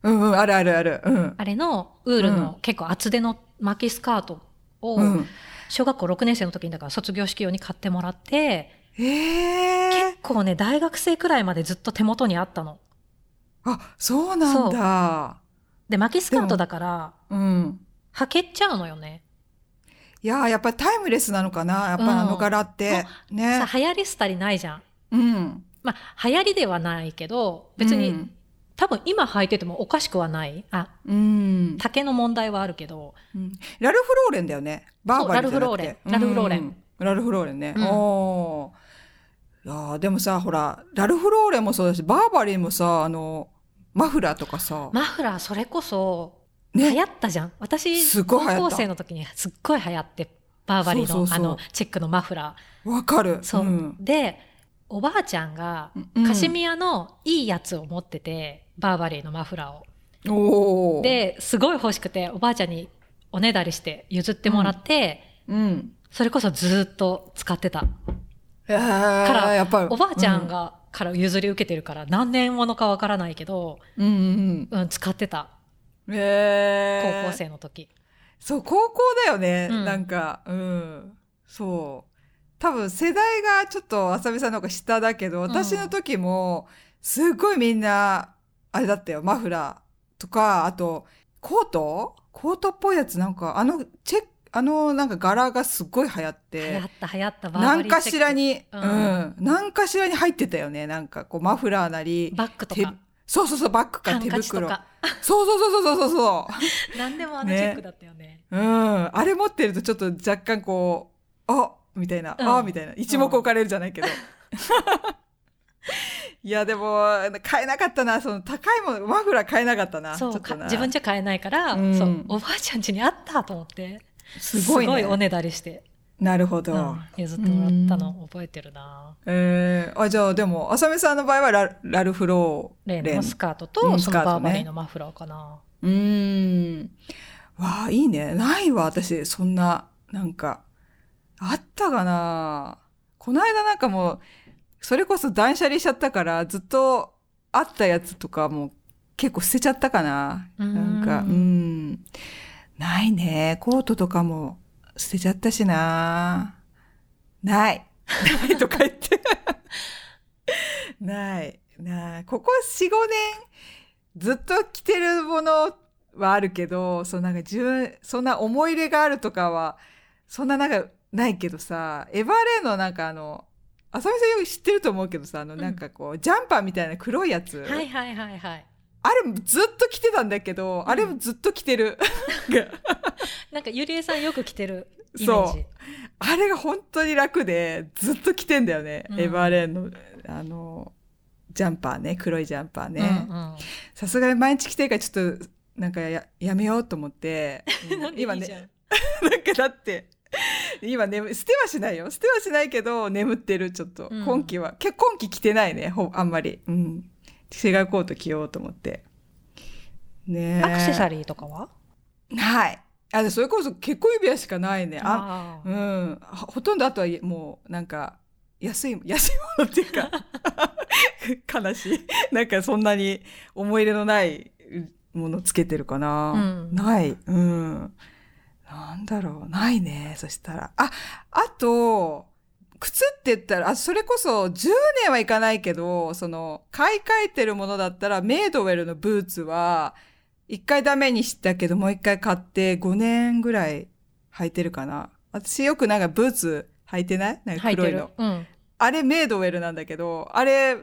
Speaker 1: うんうんあるあるあるうん
Speaker 2: あれのウール
Speaker 1: う
Speaker 2: の結構厚手の巻きスカートを、
Speaker 1: うん
Speaker 2: 小学校6年生の時にだから卒業式用に買ってもらって、
Speaker 1: ええ
Speaker 2: 結構ね、大学生くらいまでずっと手元にあったの。
Speaker 1: あ、そうなんだ。
Speaker 2: で、巻きスカートだから、
Speaker 1: うん。
Speaker 2: 履けちゃうのよね。
Speaker 1: いやー、やっぱりタイムレスなのかな、やっぱり
Speaker 2: うん
Speaker 1: あの柄って。ね
Speaker 2: さ。、流行り廃りないじゃん。
Speaker 1: うん。
Speaker 2: まあ、流行りではないけど、別に、
Speaker 1: うん
Speaker 2: 多分今履いててもおかしくはない。あ、
Speaker 1: うん。
Speaker 2: 竹の問題はあるけど、
Speaker 1: うんラルフ・ローレンだよね。バーバリーじゃなくて
Speaker 2: そうラルフローレン
Speaker 1: うんラルフ・ローレンね。
Speaker 2: うん
Speaker 1: おーいやーでもさ、ほら、ラルフ・ローレンもそうだし、バーバリーもさ、あの、マフラーとかさ、
Speaker 2: マフラーそれこそ流
Speaker 1: ね
Speaker 2: 行ったじゃん、
Speaker 1: す
Speaker 2: 私
Speaker 1: ご
Speaker 2: 高
Speaker 1: い流行った
Speaker 2: 校生の時にすっごい流行ってバーバリーの
Speaker 1: そうそうそう
Speaker 2: あのチェックのマフラ
Speaker 1: わかる
Speaker 2: ーそう、
Speaker 1: ん
Speaker 2: でおばあちゃんが
Speaker 1: うん
Speaker 2: カシミヤのいいやつを持ってて、バーバリーのマフラーを
Speaker 1: おー、
Speaker 2: ですごい欲しくておばあちゃんにおねだりして譲ってもらって、
Speaker 1: うん、
Speaker 2: それこそずっと使ってた
Speaker 1: えー
Speaker 2: から
Speaker 1: やっぱり
Speaker 2: おばあちゃん、が、から譲り受けてるから何年ものかわからないけど、
Speaker 1: うん、うんうん
Speaker 2: うん、使ってた
Speaker 1: うん
Speaker 2: 高
Speaker 1: えー
Speaker 2: 校生の時、
Speaker 1: そう高校だよね、
Speaker 2: うん
Speaker 1: なんかうんそう多分世代がちょっと浅見さんの方が下だけど私の時もすごいみんなあれだったよマフラーとかあとコートコートっぽいやつなんかあのチェックあのなんか柄がすっごい流行っ
Speaker 2: 流
Speaker 1: て
Speaker 2: 行った流行ったバーバリー
Speaker 1: 何かしら
Speaker 2: チ
Speaker 1: に、
Speaker 2: う
Speaker 1: うんん、何かしらに入ってたよね。なんかこうマフラーな
Speaker 2: ェック
Speaker 1: り、
Speaker 2: バッグと
Speaker 1: 手
Speaker 2: か
Speaker 1: そうそうそう、バッグ
Speaker 2: ハ
Speaker 1: か
Speaker 2: ン
Speaker 1: 手
Speaker 2: カチと
Speaker 1: 袋。
Speaker 2: か
Speaker 1: そうそうそうそうそうそう。
Speaker 2: 何でもあのチェックだったよね
Speaker 1: うん。あれ持ってるとちょっと若干こう、あみたいな、
Speaker 2: うん
Speaker 1: あみたいな。一目置かれるじゃないけど。 いや、でも、買えなかったな。その高いもの、マフラー買えなかったな。
Speaker 2: そう
Speaker 1: ちょっと
Speaker 2: か
Speaker 1: な
Speaker 2: 自分じゃ買えないから、
Speaker 1: うん
Speaker 2: そうおばあちゃん家にあったと思って
Speaker 1: すごい,、ね、
Speaker 2: おねだりして、
Speaker 1: なるほど。
Speaker 2: うん譲ってもらったの覚えてるな
Speaker 1: えー、あ、じゃあでも、浅見さんの場合はララルフロー
Speaker 2: 例
Speaker 1: レン
Speaker 2: のスカートと、
Speaker 1: うん
Speaker 2: そ
Speaker 1: スカ
Speaker 2: の
Speaker 1: ー
Speaker 2: バ
Speaker 1: トね
Speaker 2: ーバリーのマフラーかな、
Speaker 1: うーん。わあ、いいね。ないわ、私。そんな、なんか。あったかなこの間なんかもう、それこそ断捨離しちゃったから、ずっとあったやつとかも結構捨てちゃったかな。
Speaker 2: うー
Speaker 1: なんんか、うん。ないね。コートとかも捨てちゃったしな。ない。 ないとか言って。ない。ない。ここ4、5年、ずっと着てるものはあるけど、そのなんか自分、そんな思い入れがあるとかは、そんななんかないけどさ、エヴァレーのなんかあの、浅見さんよく知ってると思うけどさ、あの
Speaker 2: ん
Speaker 1: なんかこう、ジャンパーみたいな黒いやつ。
Speaker 2: はいはいはいはい
Speaker 1: あれもずっと着てたんだけど、あれもずっと着てる。
Speaker 2: なんかゆりえさんよく着てるイメー
Speaker 1: そ
Speaker 2: ジ
Speaker 1: あれが本当に楽で、ずっと着てんだよね。
Speaker 2: うん
Speaker 1: エヴァレーンの、あの、ジャンパーね、黒いジャンパーね。
Speaker 2: うん
Speaker 1: さすがに毎日着てるからちょっと、なんかややめようと思っ て。
Speaker 2: うん なんでいいじゃん、
Speaker 1: ね、 なんかだって、今眠、捨てはしないよ。捨てはしないけど、眠ってる、ちょっと。
Speaker 2: うん
Speaker 1: 今季は。け今季着てないね、ほあんまり。うん。違うコート着ようと思って。ねえ
Speaker 2: アクセサリーとかは
Speaker 1: はい。あ、でそれこそ結婚指輪しかないね。あ、
Speaker 2: あ
Speaker 1: う
Speaker 2: ー
Speaker 1: ん。ほほとんどあとはもう、なんか、安い、 安いものっていうか、 悲しい。なんかそんなに思い入れのないものつけてるかな。
Speaker 2: うん
Speaker 1: ない。うん。なんだろう。ないね。そしたら。あ、あと、靴って言ったら、あ、それこそ10年はいかないけど、その、買い替えてるものだったら、メイドウェルのブーツは、一回ダメにしたけど、もう一回買って5年ぐらい履いてるかな。私よくなんかブーツ履いてないなんか
Speaker 2: 履い
Speaker 1: 黒
Speaker 2: て
Speaker 1: い
Speaker 2: る
Speaker 1: の。
Speaker 2: うん
Speaker 1: あれメイドウェルなんだけど、あれ、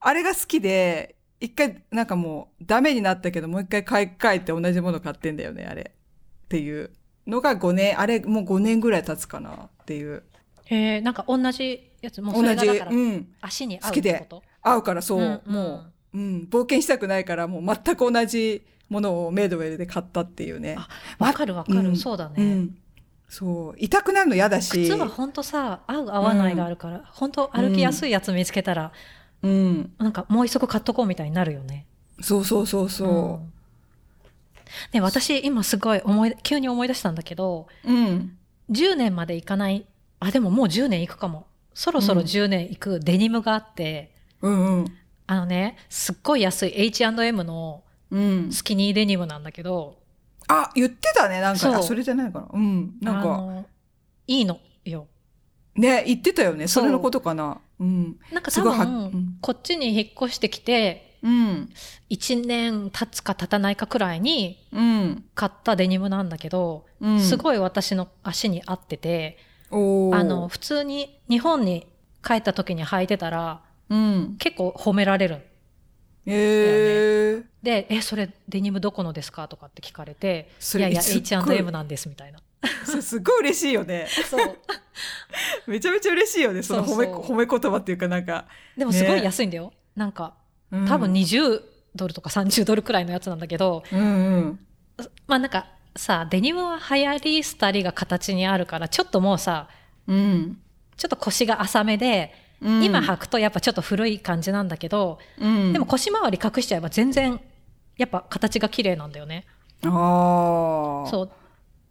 Speaker 1: あれが好きで、一回なんかもうダメになったけど、もう一回買い替えて同じもの買ってんだよね、あれ。っていうのが5年、あれもう5年ぐらい経つかなっていう。
Speaker 2: えー、なんか同じやつもうそ
Speaker 1: 同
Speaker 2: れが
Speaker 1: じ、
Speaker 2: だから
Speaker 1: うん。
Speaker 2: 足に合う
Speaker 1: 好
Speaker 2: っ
Speaker 1: きで
Speaker 2: てこと
Speaker 1: 合うからそう、
Speaker 2: んん
Speaker 1: もう、うん、冒険したくないから、もう全く同じものをメイドウェルで買ったっていうね。
Speaker 2: あわかるわかる、
Speaker 1: うん
Speaker 2: そうだね、
Speaker 1: うん。そう。痛くなるの嫌だし。
Speaker 2: 靴はほんとさ合う合わないがあるから、ほんと歩きやすいやつ見つけたら、
Speaker 1: うん。
Speaker 2: なんかもう一足買っとこうみたいになるよね。
Speaker 1: そうそうそうそ
Speaker 2: んね私今すごい思い急に思い出したんだけど
Speaker 1: う。うん。
Speaker 2: 10年までいかないあでももう10年いくかもそろそろ
Speaker 1: うん
Speaker 2: 10年いくデニムがあって、
Speaker 1: うんうん。
Speaker 2: あのねすっごい安い H&M の
Speaker 1: うん、
Speaker 2: スキニーデニムなんだけど、
Speaker 1: あ言ってたねなんか
Speaker 2: そう
Speaker 1: あそれじゃないかなうんなん
Speaker 2: あ
Speaker 1: か
Speaker 2: のいいのよ。
Speaker 1: ね言ってたよね
Speaker 2: そう
Speaker 1: それのことかなうん
Speaker 2: なんか
Speaker 1: す
Speaker 2: 多
Speaker 1: ごいは
Speaker 2: 分、
Speaker 1: うん
Speaker 2: こっちに引っ越してきて
Speaker 1: うん
Speaker 2: 1年経つか経たないかくらいに
Speaker 1: うん、
Speaker 2: 買ったデニムなんだけど、
Speaker 1: うん、
Speaker 2: すごい私の足に合ってて、
Speaker 1: おー
Speaker 2: あの、普通に日本に帰った時に履いてたら
Speaker 1: うん
Speaker 2: 結構褒められる。
Speaker 1: えー
Speaker 2: で、え、それデニムどこのですかとかって聞かれて、い
Speaker 1: それ
Speaker 2: やいや
Speaker 1: すっごい
Speaker 2: H&M なんですみたいな。
Speaker 1: そう すごい嬉しいよね
Speaker 2: そう。
Speaker 1: めちゃめちゃ嬉しいよねその褒め
Speaker 2: そうそ
Speaker 1: 褒
Speaker 2: う
Speaker 1: め言葉っていうかなんか、
Speaker 2: でもすごい安いんだよ。なんか、
Speaker 1: うん
Speaker 2: 多分20ドルとか30ドルくらいのやつなんだけど
Speaker 1: うんうん。
Speaker 2: まあなんかさデニムは流行り廃りが形にあるからちょっともうさ
Speaker 1: うん。
Speaker 2: ちょっと腰が浅めで、
Speaker 1: うん
Speaker 2: 今履くとやっぱちょっと古い感じなんだけど、
Speaker 1: うん、
Speaker 2: でも腰回り隠しちゃえば全然やっぱ形が綺麗なんだよね。
Speaker 1: ああ。
Speaker 2: そう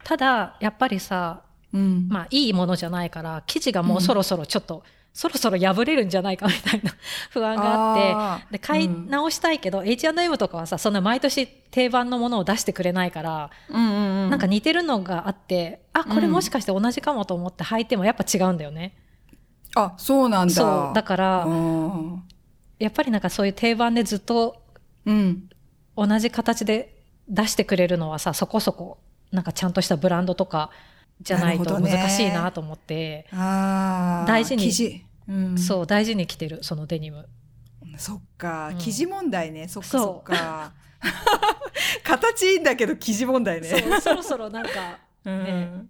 Speaker 2: ただやっぱりさ
Speaker 1: う。うん。
Speaker 2: まあいいものじゃないから生地がもうそろそろちょっと、そろそろ破れるんじゃないかみたいな 不安があって。
Speaker 1: あ
Speaker 2: で買い
Speaker 1: うん
Speaker 2: 直したいけど、H&M とかはさそんな毎年定番のものを出してくれないから、
Speaker 1: ーうんうんうん。
Speaker 2: なんか似てるのがあってあこれもしかして同じかもと思って履いてもやっぱ違うんだよね。
Speaker 1: あ、そうなんだ。
Speaker 2: そうだから、
Speaker 1: うん。
Speaker 2: やっぱりなんかそういう定番でずっと
Speaker 1: うん。
Speaker 2: 同じ形で出してくれるのはさそこそこなんかちゃんとしたブランドとかじゃない
Speaker 1: なる
Speaker 2: と
Speaker 1: ほどね
Speaker 2: 難しいなと思って、
Speaker 1: ああ。
Speaker 2: 大事に
Speaker 1: 生地。うん、
Speaker 2: そう大事に着てるそのデニム。
Speaker 1: そっか、
Speaker 2: うん
Speaker 1: 生地問題ね。そっか
Speaker 2: そう
Speaker 1: そっか。形いいんだけど生地問題ね。
Speaker 2: そうそろそろなんか
Speaker 1: うん
Speaker 2: ね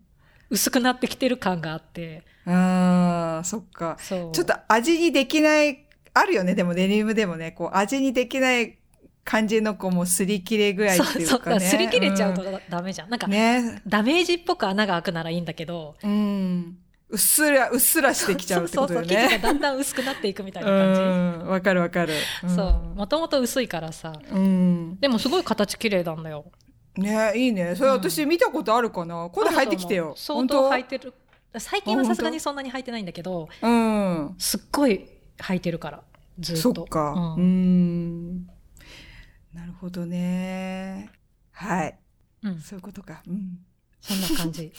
Speaker 2: 薄くなってきてる感があって
Speaker 1: ああ、そっか。
Speaker 2: そう
Speaker 1: ちょっと味にできない、あるよね。でもデニムでもね、こう味にできない感じのこうもう擦り切れぐらいっ
Speaker 2: そう
Speaker 1: てい
Speaker 2: そううだか
Speaker 1: からね。
Speaker 2: 擦り切れちゃうとダメじゃん、なんか、
Speaker 1: うんね。
Speaker 2: ダメージっぽく穴が開くならいいんだけど
Speaker 1: うん。うっすら、うっすらしてきちゃうってことよ
Speaker 2: そうそうそう生
Speaker 1: ね。
Speaker 2: 地がだんだん薄くなっていくみたいうな感じ、
Speaker 1: ん。わかるわかる。ん
Speaker 2: そうもともと薄いからさ
Speaker 1: うん。
Speaker 2: でもすごい形綺麗なんだよ
Speaker 1: ねいいね。それ私見たことあるかな。今度入ってきてよ。
Speaker 2: 相
Speaker 1: 本
Speaker 2: 当
Speaker 1: 当
Speaker 2: 履いてる最近はさすがにそんなに履いてないんだけど
Speaker 1: うん。
Speaker 2: すっごい履いてるからずっと
Speaker 1: そっか。
Speaker 2: う
Speaker 1: うんん。なるほどね。はい。
Speaker 2: うん
Speaker 1: そういうことか。うん。
Speaker 2: そんな感 じ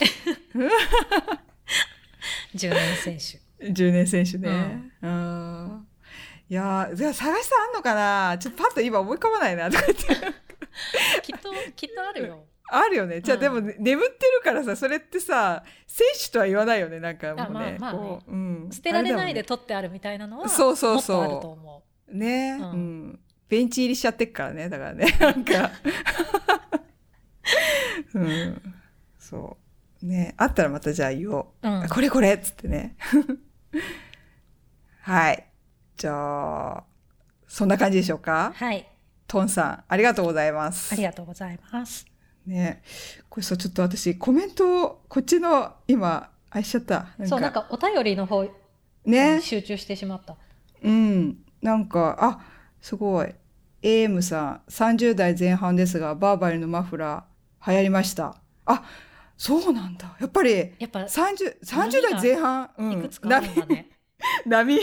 Speaker 2: 10年選手
Speaker 1: 10年選手ね。うん。いやーじゃあ探したあんのかなちょっとパッと今思い浮かばない なとか言って。
Speaker 2: きっときっとあるよ
Speaker 1: あるよね。じゃあ、
Speaker 2: うん
Speaker 1: でもね眠ってるからさ、それってさ、選手とは言わないよね。なんかもうね。
Speaker 2: まあまあね
Speaker 1: こううん
Speaker 2: 捨てられないで
Speaker 1: あだ
Speaker 2: 取ってあるみたいなのは
Speaker 1: そうそうそう
Speaker 2: もっとあると思
Speaker 1: もんね。
Speaker 2: う
Speaker 1: うんん、ベンチ入りしちゃってっからね。だから ね。なんか。うん。そう。ね。あったらまたじゃあ言おう。
Speaker 2: う、うん
Speaker 1: あ、これこれっつってね。 はい。じゃあ、そんな感じでしょうか
Speaker 2: はい
Speaker 1: トンさん、ありがとうございます。
Speaker 2: ありがとうございます
Speaker 1: ね。これさ、ちょっと私、コメントを、こっちの、今、あれしちゃった。なんか、
Speaker 2: そうなんかお便りの方
Speaker 1: ね
Speaker 2: に。集中してしまった、
Speaker 1: うん。なんか、あ、すごい。AM さん、30代前半ですが、バーバリーのマフラー、流行りました。あ、そうなんだ。やっぱり、
Speaker 2: やっぱ
Speaker 1: 30、30代前半、う
Speaker 2: い
Speaker 1: ん
Speaker 2: くつかあるんだね、
Speaker 1: 波、波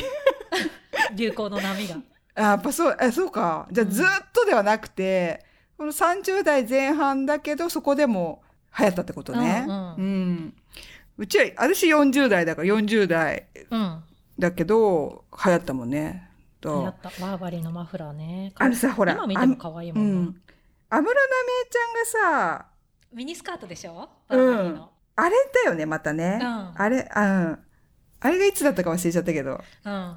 Speaker 2: 流行の 波が
Speaker 1: あやっぱそう、え、そうか。じゃあ、
Speaker 2: うん
Speaker 1: ずっとではなくて、この30代前半だけど、そこでも流行ったってことね。
Speaker 2: うんうん
Speaker 1: んうちは、私40代だから40代
Speaker 2: うん
Speaker 1: だけど、流行ったもんね。だ
Speaker 2: やったバーバリーのマフラーね
Speaker 1: あのさ、ほら、
Speaker 2: 今見
Speaker 1: あ
Speaker 2: て
Speaker 1: ん
Speaker 2: も可愛いうもんな、
Speaker 1: ん。安室奈美恵ちゃんがさ、
Speaker 2: ミニスカートでしょバ
Speaker 1: うん
Speaker 2: ーバリーの、
Speaker 1: あれだよね、またね。
Speaker 2: うん
Speaker 1: あれ、うん。あれがいつだったか忘れちゃったけど、
Speaker 2: うん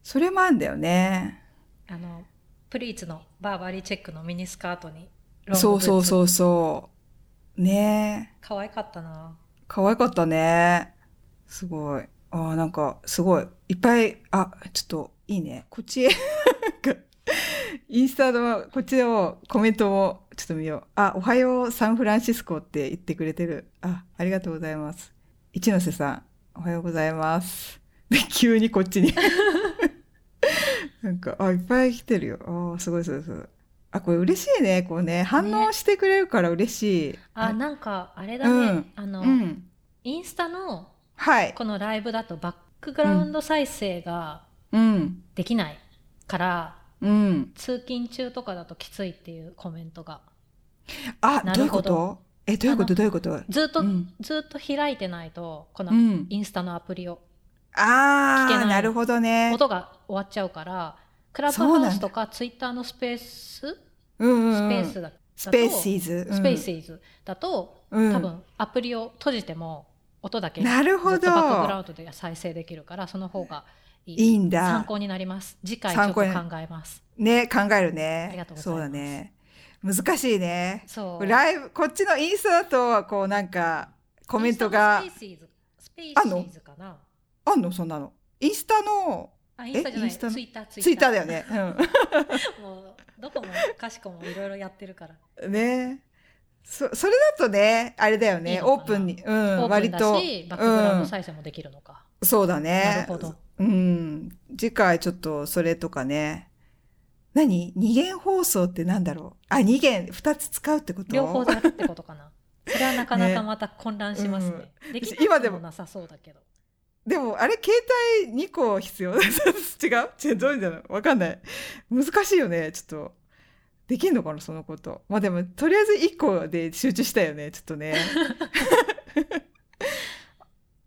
Speaker 1: それもあんだよね。
Speaker 2: あのプリーツのバーバリーチェックのミニスカートに
Speaker 1: そうそう
Speaker 2: う
Speaker 1: そうそう。ねえ。
Speaker 2: 可愛かったな
Speaker 1: 可愛かったね。すごい。ああ、なんか、すごい。いっぱい、あ、ちょっと、いいね。こっち、なんか、インスタの、こっちのコメントを、ちょっと見よう。あ、おはよう、サンフランシスコって言ってくれてる。あ、ありがとうございます。一ノ瀬さん、おはようございます。で、急にこっちに。なんか、あ、いっぱい来てるよ。ああ、すごい、すごい、すごい。あ、これ嬉しいね。こうね、反応してくれるから嬉しい。
Speaker 2: あなんかあれだね、
Speaker 1: うん
Speaker 2: あの、
Speaker 1: うん。
Speaker 2: インスタの
Speaker 1: はい。
Speaker 2: このライブだとバックグラウンド再生が
Speaker 1: うん。
Speaker 2: できないから、
Speaker 1: うん。
Speaker 2: 通勤中とかだときついっていうコメントが
Speaker 1: あ、
Speaker 2: な
Speaker 1: どう
Speaker 2: る
Speaker 1: いう
Speaker 2: ほ
Speaker 1: こ
Speaker 2: ど
Speaker 1: とえ、どういうことどういうこと
Speaker 2: ずっと、
Speaker 1: うん
Speaker 2: ずっと開いてないとこの
Speaker 1: うん。
Speaker 2: インスタのアプリを
Speaker 1: あ
Speaker 2: 聞け
Speaker 1: あ、
Speaker 2: ない
Speaker 1: なるほどね。
Speaker 2: 音が終わっちゃうからクラブ
Speaker 1: そうなん
Speaker 2: ハ
Speaker 1: だ
Speaker 2: ウスとかツイッターのスペース
Speaker 1: うんう
Speaker 2: スペ
Speaker 1: んうん
Speaker 2: ースだ
Speaker 1: スペーシーズ。うん
Speaker 2: スペーシーズだと、
Speaker 1: うん
Speaker 2: 多分アプリを閉じても音だけずっ
Speaker 1: なる
Speaker 2: と
Speaker 1: ほ
Speaker 2: バック
Speaker 1: ど。
Speaker 2: グラウンドで再生できるからその方がいい
Speaker 1: いいん
Speaker 2: 参
Speaker 1: だ。
Speaker 2: 考になります次回ちょっ
Speaker 1: 参
Speaker 2: と考
Speaker 1: 考に
Speaker 2: えます
Speaker 1: ね、考える
Speaker 2: あり
Speaker 1: ね
Speaker 2: がとう。ござい
Speaker 1: そ
Speaker 2: ます
Speaker 1: うだね。難しいね。
Speaker 2: そう
Speaker 1: ライブ、こっちのインスタだと、こうなんか、コメントが
Speaker 2: イン、スタのスペーシーズスペ
Speaker 1: あん
Speaker 2: ー
Speaker 1: の
Speaker 2: シーズかな
Speaker 1: あんのそんなの。インスタの、
Speaker 2: あインスタじゃない
Speaker 1: インスタの
Speaker 2: ツイッターツ
Speaker 1: ツイッターだよね。
Speaker 2: もうどこもかしこもいろいろやってるから
Speaker 1: うん。ねそ、それだとね、あれだよね。
Speaker 2: いいのかな
Speaker 1: オープンに、うん、
Speaker 2: オープン
Speaker 1: 割
Speaker 2: だ
Speaker 1: と。
Speaker 2: しバックグラウ
Speaker 1: う
Speaker 2: ンド
Speaker 1: ん
Speaker 2: 再生もできるのか、
Speaker 1: そうだね。
Speaker 2: なるほど。
Speaker 1: うん。次回ちょっとそれとかね。何二元放送ってなんだろうあ、二元、二つ使うってこと
Speaker 2: 両方でやるってことかなそれはなかなかまた混乱しますねできな
Speaker 1: 今
Speaker 2: くて
Speaker 1: で
Speaker 2: も
Speaker 1: も
Speaker 2: なさそうだけど
Speaker 1: でも、あれ、携帯二個必要違う 違う、どういうんだろうわかんない。難しいよね、ちょっと。できんのかなそのこと。まあでも、とりあえず一個で集中したよね、ちょっと ね。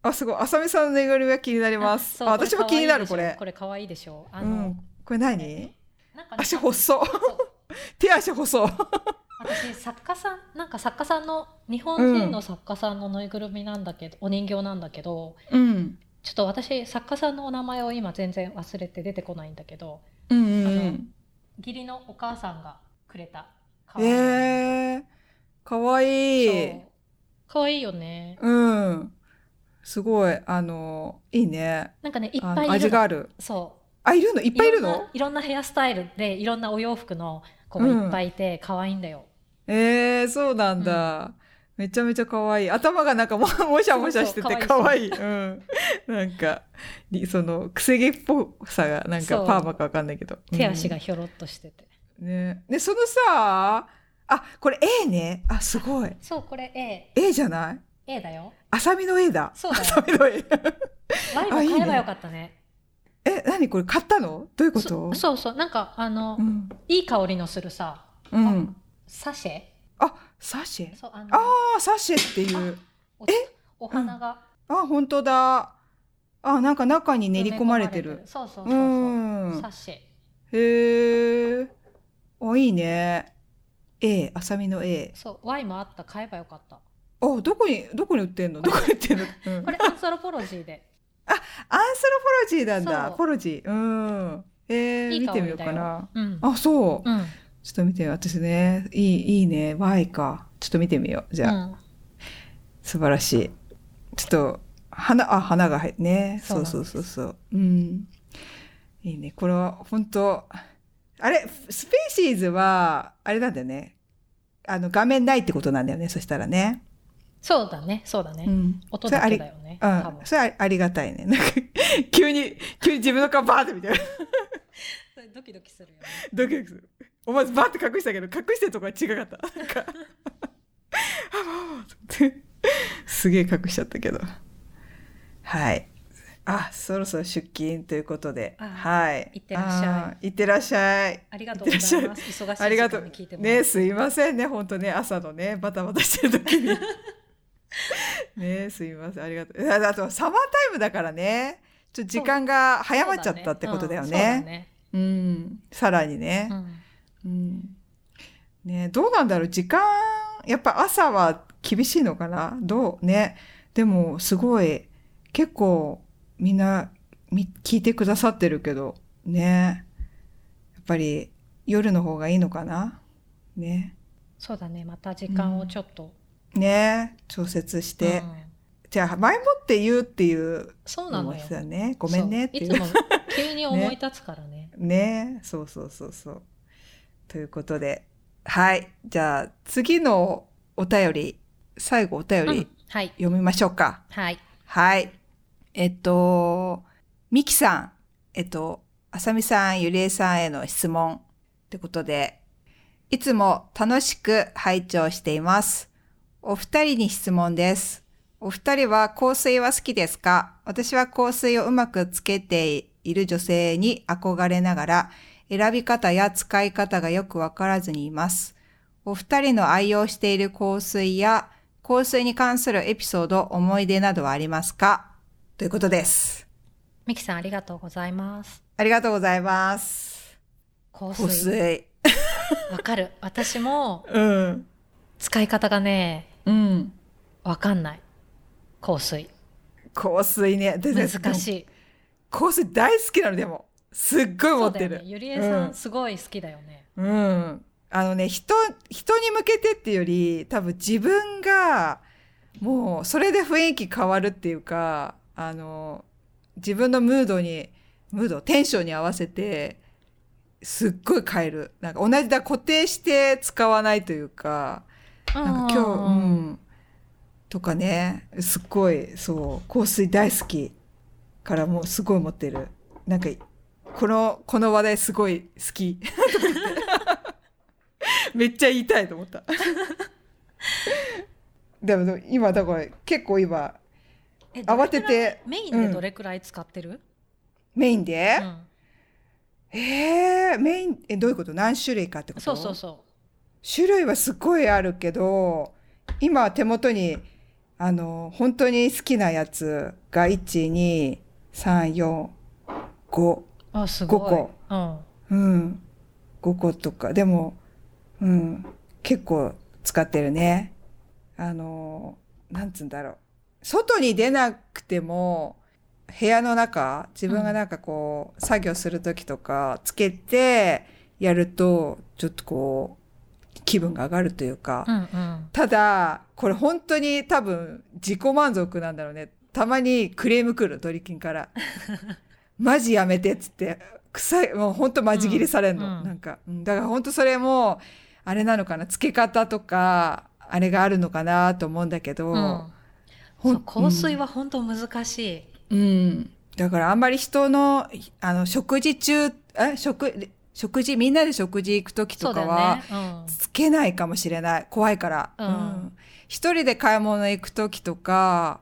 Speaker 1: あ、すごい。浅見さんのぬいぐるみが気になります。
Speaker 2: そう
Speaker 1: あ、私も気になる、これ
Speaker 2: こ。れ可愛いでしょこれ可愛いでしょあ
Speaker 1: う
Speaker 2: の、
Speaker 1: ん。これ何、
Speaker 2: えなんかね
Speaker 1: 足細っ。
Speaker 2: そう
Speaker 1: 手足細っ。
Speaker 2: 私作家さんなんか作家さんの日本人の作家さんのぬいぐるみなんだけど、お人形なんだけど
Speaker 1: うん。
Speaker 2: ちょっと私作家さんのお名前を今全然忘れて出てこないんだけど
Speaker 1: うんう
Speaker 2: あの
Speaker 1: ん
Speaker 2: 義理のお母さんがくれた可
Speaker 1: うん。
Speaker 2: 愛い
Speaker 1: えー、かわいい。
Speaker 2: そう可愛いよね
Speaker 1: うん。すごい、あの、いいね。
Speaker 2: なんかねいっ
Speaker 1: あ
Speaker 2: ぱい
Speaker 1: の
Speaker 2: いる
Speaker 1: 味が
Speaker 2: の
Speaker 1: ある。
Speaker 2: そう
Speaker 1: あ、いるのいっぱいいる
Speaker 2: ろんな
Speaker 1: の
Speaker 2: いろんなヘアスタイルでいろんなお洋服の子がいっぱいいて、可愛いんだよ
Speaker 1: えー、そうなんだ。めちゃめちゃかわいい。頭がなんかも、もしゃもしゃしてて
Speaker 2: そうそう
Speaker 1: か
Speaker 2: 可
Speaker 1: わ
Speaker 2: 愛
Speaker 1: いい。うん。なんか、りその、くせ毛っぽさが、なん
Speaker 2: そ
Speaker 1: か
Speaker 2: う
Speaker 1: パーマかわかんないけど。
Speaker 2: 手足が
Speaker 1: うん
Speaker 2: ひょろっとしてて、
Speaker 1: ね。で、そのさ、あ、これ A ね。あ、すごい。
Speaker 2: そうこれ
Speaker 1: A じゃない
Speaker 2: A A だよ
Speaker 1: あさみの A だ。
Speaker 2: そうだよ
Speaker 1: あさみの A。
Speaker 2: ワイも
Speaker 1: あいいね
Speaker 2: 買えばよかったね
Speaker 1: え、何これ買ったのどういうこ
Speaker 2: そ
Speaker 1: と
Speaker 2: そうそうなんかあの、
Speaker 1: うん。
Speaker 2: いい香りのするさ
Speaker 1: うん。
Speaker 2: サシェ
Speaker 1: あ、サシェ
Speaker 2: そうあの
Speaker 1: ああ、サシェっていう。
Speaker 2: おお花が
Speaker 1: あ、本当だ。あ、なんか中に練り込まれてる。
Speaker 2: そうそうそう
Speaker 1: う
Speaker 2: そう、
Speaker 1: ん
Speaker 2: サ。シェ
Speaker 1: へえ。お、いいね。A、あさみの A。
Speaker 2: そうワイもあった買えばよかった
Speaker 1: あ、どこに、どこに売ってんのどこに売ってんの、うん
Speaker 2: これアンソロポロジーで
Speaker 1: アンソロフォロジーなんだ
Speaker 2: そ。う
Speaker 1: フォロジー。うん。えー、
Speaker 2: いい
Speaker 1: 見
Speaker 2: 香り
Speaker 1: てみ
Speaker 2: だよ
Speaker 1: ようかな。
Speaker 2: うん
Speaker 1: あ、そう。
Speaker 2: うん
Speaker 1: ちょっと見てみよう。私ね、いい、いいね。Y か。ちょっと見てみよう。じゃあ。
Speaker 2: うん
Speaker 1: 素晴らしい。ちょっと、花、あ、花が入ってね。
Speaker 2: そう
Speaker 1: そ
Speaker 2: なん
Speaker 1: う
Speaker 2: です
Speaker 1: そうそうそう。うん。いいね。これは、本当あれ、スペーシーズは、あれなんだよね。あの、画面ないってことなんだよね。そしたらね。
Speaker 2: そうだねそうだね、
Speaker 1: うん。
Speaker 2: 音だけだ
Speaker 1: よ。
Speaker 2: よね
Speaker 1: う
Speaker 2: 多分
Speaker 1: ん。それあありがたいね。なんか、急に、急に自分の顔バーってみたいな。
Speaker 2: それドキドキするよね
Speaker 1: ドキドキする。思わずバーって隠したけど、隠してるとこは違かった。なんか、あ、もうと思ってすげえ隠しちゃったけど。はい。あ、そろそろ出勤ということで。
Speaker 2: あ
Speaker 1: はい。
Speaker 2: いってらっしゃい
Speaker 1: あー。いってらっしゃい。
Speaker 2: ありがとうございます
Speaker 1: いってらっ
Speaker 2: 忙しい時
Speaker 1: ありがと
Speaker 2: 間
Speaker 1: う
Speaker 2: に聞いて。もらって
Speaker 1: ね、すいませんね、本当ね、朝のね、バタバタしてる時に。ね、すいません、ありがとう。ああと、サマータイムだからね、ちょっと時間が早まっちゃったってことだよ
Speaker 2: そうだ
Speaker 1: ね。
Speaker 2: ね
Speaker 1: うん、さらにね。
Speaker 2: うんそうだね
Speaker 1: うんねどうなんだろう時間やっぱ朝は厳しいのかなどうねでもすごい結構みんなみ聞いてくださってるけどねやっぱり夜の方がいいのかなね
Speaker 2: うんそうだねまた時間をちょっと、
Speaker 1: ね調節して、
Speaker 2: うん
Speaker 1: じゃあ前もって言うっていう
Speaker 2: そうな
Speaker 1: の
Speaker 2: の
Speaker 1: も
Speaker 2: よ
Speaker 1: 必要だねごめんねってい
Speaker 2: そうういつも急に思い立つか らね
Speaker 1: ねえそうそうそうそう。ということで、はい。じゃあ、次のお便り、最後お便
Speaker 2: う
Speaker 1: り
Speaker 2: ん、はい
Speaker 1: 読みましょうか。
Speaker 2: はい
Speaker 1: はい。えっと、ミキさん、えっと、あさみさん、ゆりえさんへの質問ってことで、いつも楽しく拝聴しています。お二人に質問です。お二人は香水は好きですか私は香水をうまくつけている女性に憧れながら、選び方や使い方がよくわからずにいます。お二人の愛用している香水や香水に関するエピソード、思い出などはありますかということです。
Speaker 2: ミキさんありがとうございます
Speaker 1: ありがとうございます。
Speaker 2: 香
Speaker 1: 香
Speaker 2: 水
Speaker 1: 水。
Speaker 2: わかる私も
Speaker 1: うん。
Speaker 2: 使い方がね
Speaker 1: うん。
Speaker 2: わかんない香水
Speaker 1: 香水ね。でで
Speaker 2: 難し
Speaker 1: でも
Speaker 2: い
Speaker 1: 香水大好きなの、でも。すっごい
Speaker 2: そ
Speaker 1: 持
Speaker 2: う
Speaker 1: っ
Speaker 2: だ
Speaker 1: て
Speaker 2: よ
Speaker 1: る。
Speaker 2: ねゆりえさ
Speaker 1: うん
Speaker 2: んすごい好きだよね
Speaker 1: うん。あのね、人、人に向けてっていうより、多分自分が、もう、それで雰囲気変わるっていうか、あの、自分のムードにムード、テンションに合わせて、すっごい変える。なんか同じだ、固定して使わないというか、なんか今日、う
Speaker 2: うん
Speaker 1: ん。とかね、すっごい、そう、香水大好きからもうすごい持ってる。なんか、この、この話題すごい好き。 とか言ってめっちゃ言いたいと思った。 でも今、だから結構今、
Speaker 2: えどれ
Speaker 1: 慌
Speaker 2: くら
Speaker 1: て
Speaker 2: い
Speaker 1: て
Speaker 2: メインで
Speaker 1: うん
Speaker 2: どれくらい使ってる、
Speaker 1: メインで、
Speaker 2: うん
Speaker 1: えー、メイン、え、どういうこと何種類かってこと
Speaker 2: そうそうそう
Speaker 1: 種類はすごいあるけど、今手元に、あの、本当に好きなやつが、1、2、3、4、5、
Speaker 2: あすごい
Speaker 1: 五個
Speaker 2: うん、
Speaker 1: うん、5個とか、でも、うん、結構使ってるね。あの、なんつうんだろう。外に出なくても、部屋の中、自分がなんかこう、作業するときとか、つけてやると、ちょっとこう、気分が上がるというか、
Speaker 2: うんうん
Speaker 1: ただ、これ本当に多分自己満足なんだろうね。たまにクレーム来る、ドリキン から。マジやめてっつって、臭い、もう本当マジ切れされんの。
Speaker 2: うんうん
Speaker 1: なんか、うんだから本当それも、あれなのかな、付け方とか、あれがあるのかなと思うんだけど、
Speaker 2: うん
Speaker 1: ほ
Speaker 2: そ
Speaker 1: ん
Speaker 2: う香水は本当難しい、
Speaker 1: うん。だからあんまり人の、あの、食事中、え、食、食事、みんなで食事行くとき
Speaker 2: そ
Speaker 1: と
Speaker 2: うだ
Speaker 1: か
Speaker 2: よ
Speaker 1: は、
Speaker 2: ね、うん、
Speaker 1: つけないかもしれない怖いから、
Speaker 2: うん
Speaker 1: 一人で買い物行く時とか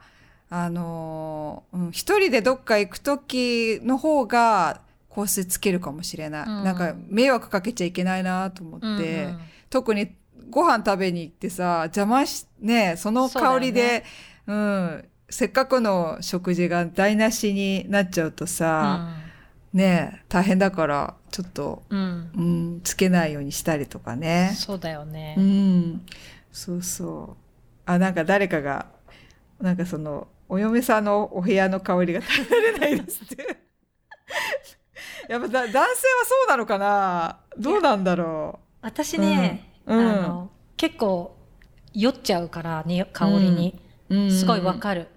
Speaker 1: あのーうん一人でどっか行く時の方が香水つけるかもしれない、
Speaker 2: うん
Speaker 1: なんか迷惑かけちゃいけないなと思って、
Speaker 2: うんうん
Speaker 1: 特にご飯食べに行ってさ邪魔しねその香りでう,、んせっかくの食事が台無しになっちゃうとさ、ね大変だからちょっと、
Speaker 2: うんうん
Speaker 1: うん、つけないようにしたりとかね。
Speaker 2: そうだよね、
Speaker 1: うん、そうそう。あ、なんか誰かが、なんかその、お嫁さんのお部屋の香りが耐えられないですって。 やっぱだ男性はそうなのかなどうなんだろ
Speaker 2: 私ね、
Speaker 1: うんうん
Speaker 2: あの結構酔っちゃうからに香りに、
Speaker 1: う。うん
Speaker 2: すごいわ
Speaker 1: やっ
Speaker 2: かる、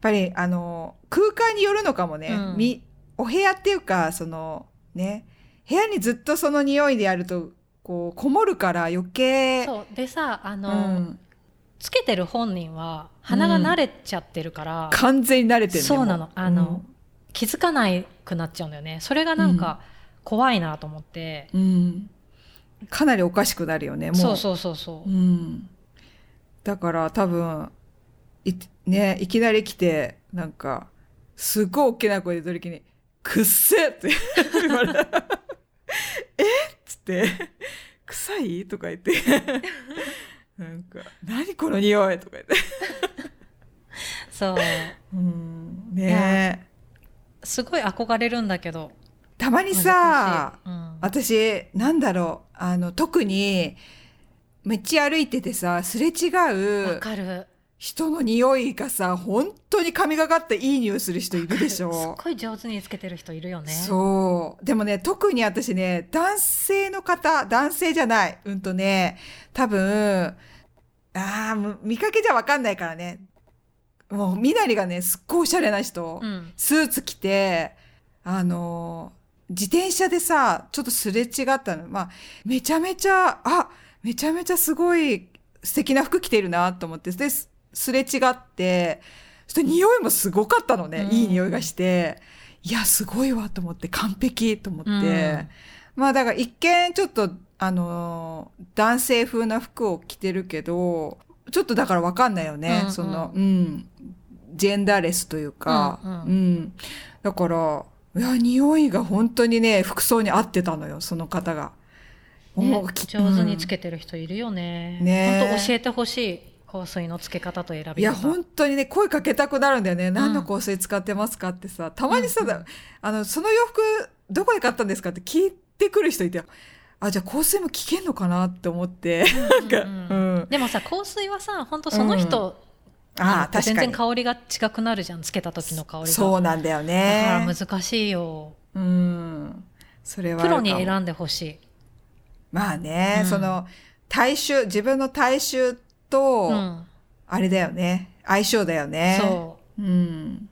Speaker 1: ぱり、あの、空間によるのかもね。
Speaker 2: うん
Speaker 1: み、お部屋っていうか、その、ね、部屋にずっとその匂いでやると、こう、こもるから余計、う。
Speaker 2: そうでさあの、
Speaker 1: ん、
Speaker 2: つけてる本人は鼻が慣れちゃってるから、
Speaker 1: 完全に慣れてるね。
Speaker 2: そうな
Speaker 1: も
Speaker 2: のあの、気づかなくなっちゃうんだよねそれがなんか怖いなと思って、
Speaker 1: うん、かなりおかしくなるよねもう
Speaker 2: そうそうそうそう、
Speaker 1: ん、だから多分い,、ね、いきなり来てなんかすごい大きな声で取りきに「くっせ!」って 言われた「えっ?」つって「臭い?」とか言ってなんか「何この匂い?」とか言って
Speaker 2: そう
Speaker 1: うん
Speaker 2: いや
Speaker 1: ね
Speaker 2: すごい憧れるんだけど
Speaker 1: たまにさ
Speaker 2: 難しい
Speaker 1: 私なんだろうあの特に道歩いててさすれ違
Speaker 2: うん、わ
Speaker 1: う
Speaker 2: かる
Speaker 1: 人の匂いがさ本当に神がかっていい匂いする人いるでし
Speaker 2: すっ
Speaker 1: ょ
Speaker 2: ごい上手につけてる人いるよね
Speaker 1: そうでもね特に私ね男性の方男性じゃないうんとね多分あーむ見かけじゃわかんないからねもう身なりがねすっごいおしゃれな人、
Speaker 2: うん
Speaker 1: スーツ着てあの自転車でさちょっとすれ違ったのまあめちゃめちゃあめちゃめちゃすごい素敵な服着てるなと思ってですすれ違ってそして匂いもすごかったのね、
Speaker 2: うん
Speaker 1: いい匂いがしていやすごいわと思って完璧と思って、
Speaker 2: うん
Speaker 1: まあだから一見ちょっとあのー男性風な服を着てるけどちょっとだからわかんないよね、
Speaker 2: うんうん
Speaker 1: そのうんジェンダーレスというか、
Speaker 2: うんう
Speaker 1: う
Speaker 2: ん
Speaker 1: んだからいや匂いが本当にね服装に合ってたのよその方が。
Speaker 2: ね
Speaker 1: おき
Speaker 2: 上手につ
Speaker 1: うん
Speaker 2: けてる人いるよね。
Speaker 1: ね
Speaker 2: 本当教えてほしい香水のつけ方と選び方。
Speaker 1: いや本当にね声かけたくなるんだよね、何の香水使ってますかってさたまにさ、
Speaker 2: うんうん
Speaker 1: あのその洋服どこで買ったんですかって聞いてくる人いてあじゃあ香水も聞けんのかなって思って、
Speaker 2: うんう
Speaker 1: なん
Speaker 2: ん
Speaker 1: か、 うん、
Speaker 2: でもさ香水はさ本当その人、
Speaker 1: ああ
Speaker 2: によっ
Speaker 1: 確
Speaker 2: て
Speaker 1: か
Speaker 2: 全然
Speaker 1: に
Speaker 2: 香りが違くなるじゃんつけた時の香りが。
Speaker 1: そうなんだよ
Speaker 2: だ
Speaker 1: ね
Speaker 2: から難しいよ。
Speaker 1: うんそれはあ
Speaker 2: プ
Speaker 1: るか
Speaker 2: ロ
Speaker 1: も
Speaker 2: に選んでほしい。
Speaker 1: まあね、
Speaker 2: うん
Speaker 1: その体臭自分の体臭と、
Speaker 2: うん、
Speaker 1: あれだよね相性だよね
Speaker 2: そう
Speaker 1: うん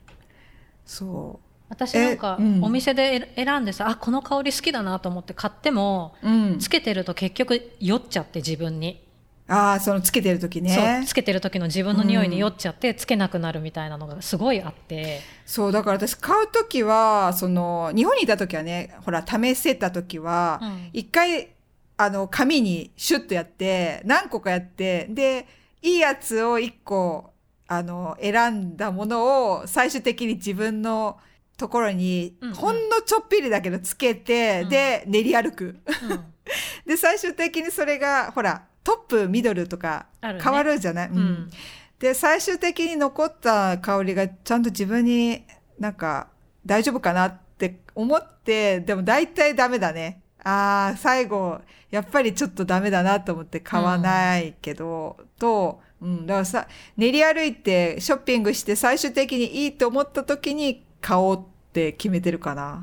Speaker 1: そう
Speaker 2: 私なんか
Speaker 1: えうん
Speaker 2: お店で選んでさ、あこの香り好きだなと思って買っても
Speaker 1: うん
Speaker 2: つけてると結局酔っちゃって自分に、
Speaker 1: ああそのつけてる時
Speaker 2: そ
Speaker 1: ね
Speaker 2: うつけてる時の自分の匂いに酔っちゃってつけなくなるみたいなのがすごいあって、
Speaker 1: そうだから私買う時はその日本にいた時はねほら試せた時は、
Speaker 2: うん
Speaker 1: 一回あの紙にシュッとやって何個かやってでいいやつを一個あの選んだものを最終的に自分のところに
Speaker 2: うんうん
Speaker 1: ほんのちょっぴりだけどつけて、
Speaker 2: うん
Speaker 1: で練り歩く
Speaker 2: うん
Speaker 1: で最終的にそれがほらトップミドルとか
Speaker 2: あ
Speaker 1: 変
Speaker 2: るね
Speaker 1: わるじゃない、
Speaker 2: う
Speaker 1: うん
Speaker 2: ん
Speaker 1: で最終的に残った香りがちゃんと自分になんか大丈夫かなって思ってでも大体ダメだねあー最後やっぱりちょっとダメだなと思って買わないけど、と、うん、だからさ練り歩いてショッピングして最終的にいいと思った時に買おうって決めてるかな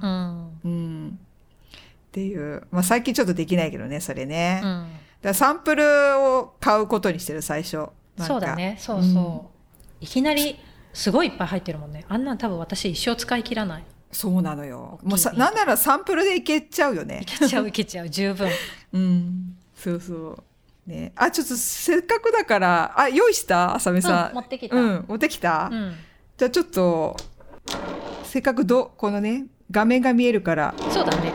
Speaker 2: う、ん
Speaker 1: うんっていう、まあ、最近ちょっとできないけどねそれね、
Speaker 2: う
Speaker 1: だか
Speaker 2: ん
Speaker 1: らサンプルを買うことにしてる最初なんか
Speaker 2: そうだねそうそう、いきなりすごいいっぱい入ってるもんねあんなん多分私一生使い切 らない
Speaker 1: そうなのよ。
Speaker 2: 大きい
Speaker 1: もうさ、
Speaker 2: 瓶
Speaker 1: なんならサンプルでいけちゃうよね
Speaker 2: い。けちゃういけちゃう十分
Speaker 1: うん。そうそう。ね、あ、ちょっとせっかくだから、あ、用意した浅見さん。
Speaker 2: うん持ってきた
Speaker 1: うん、持ってきた。
Speaker 2: うん
Speaker 1: じゃあちょっと、せっかくど、このね、画面が見えるから。
Speaker 2: そうだね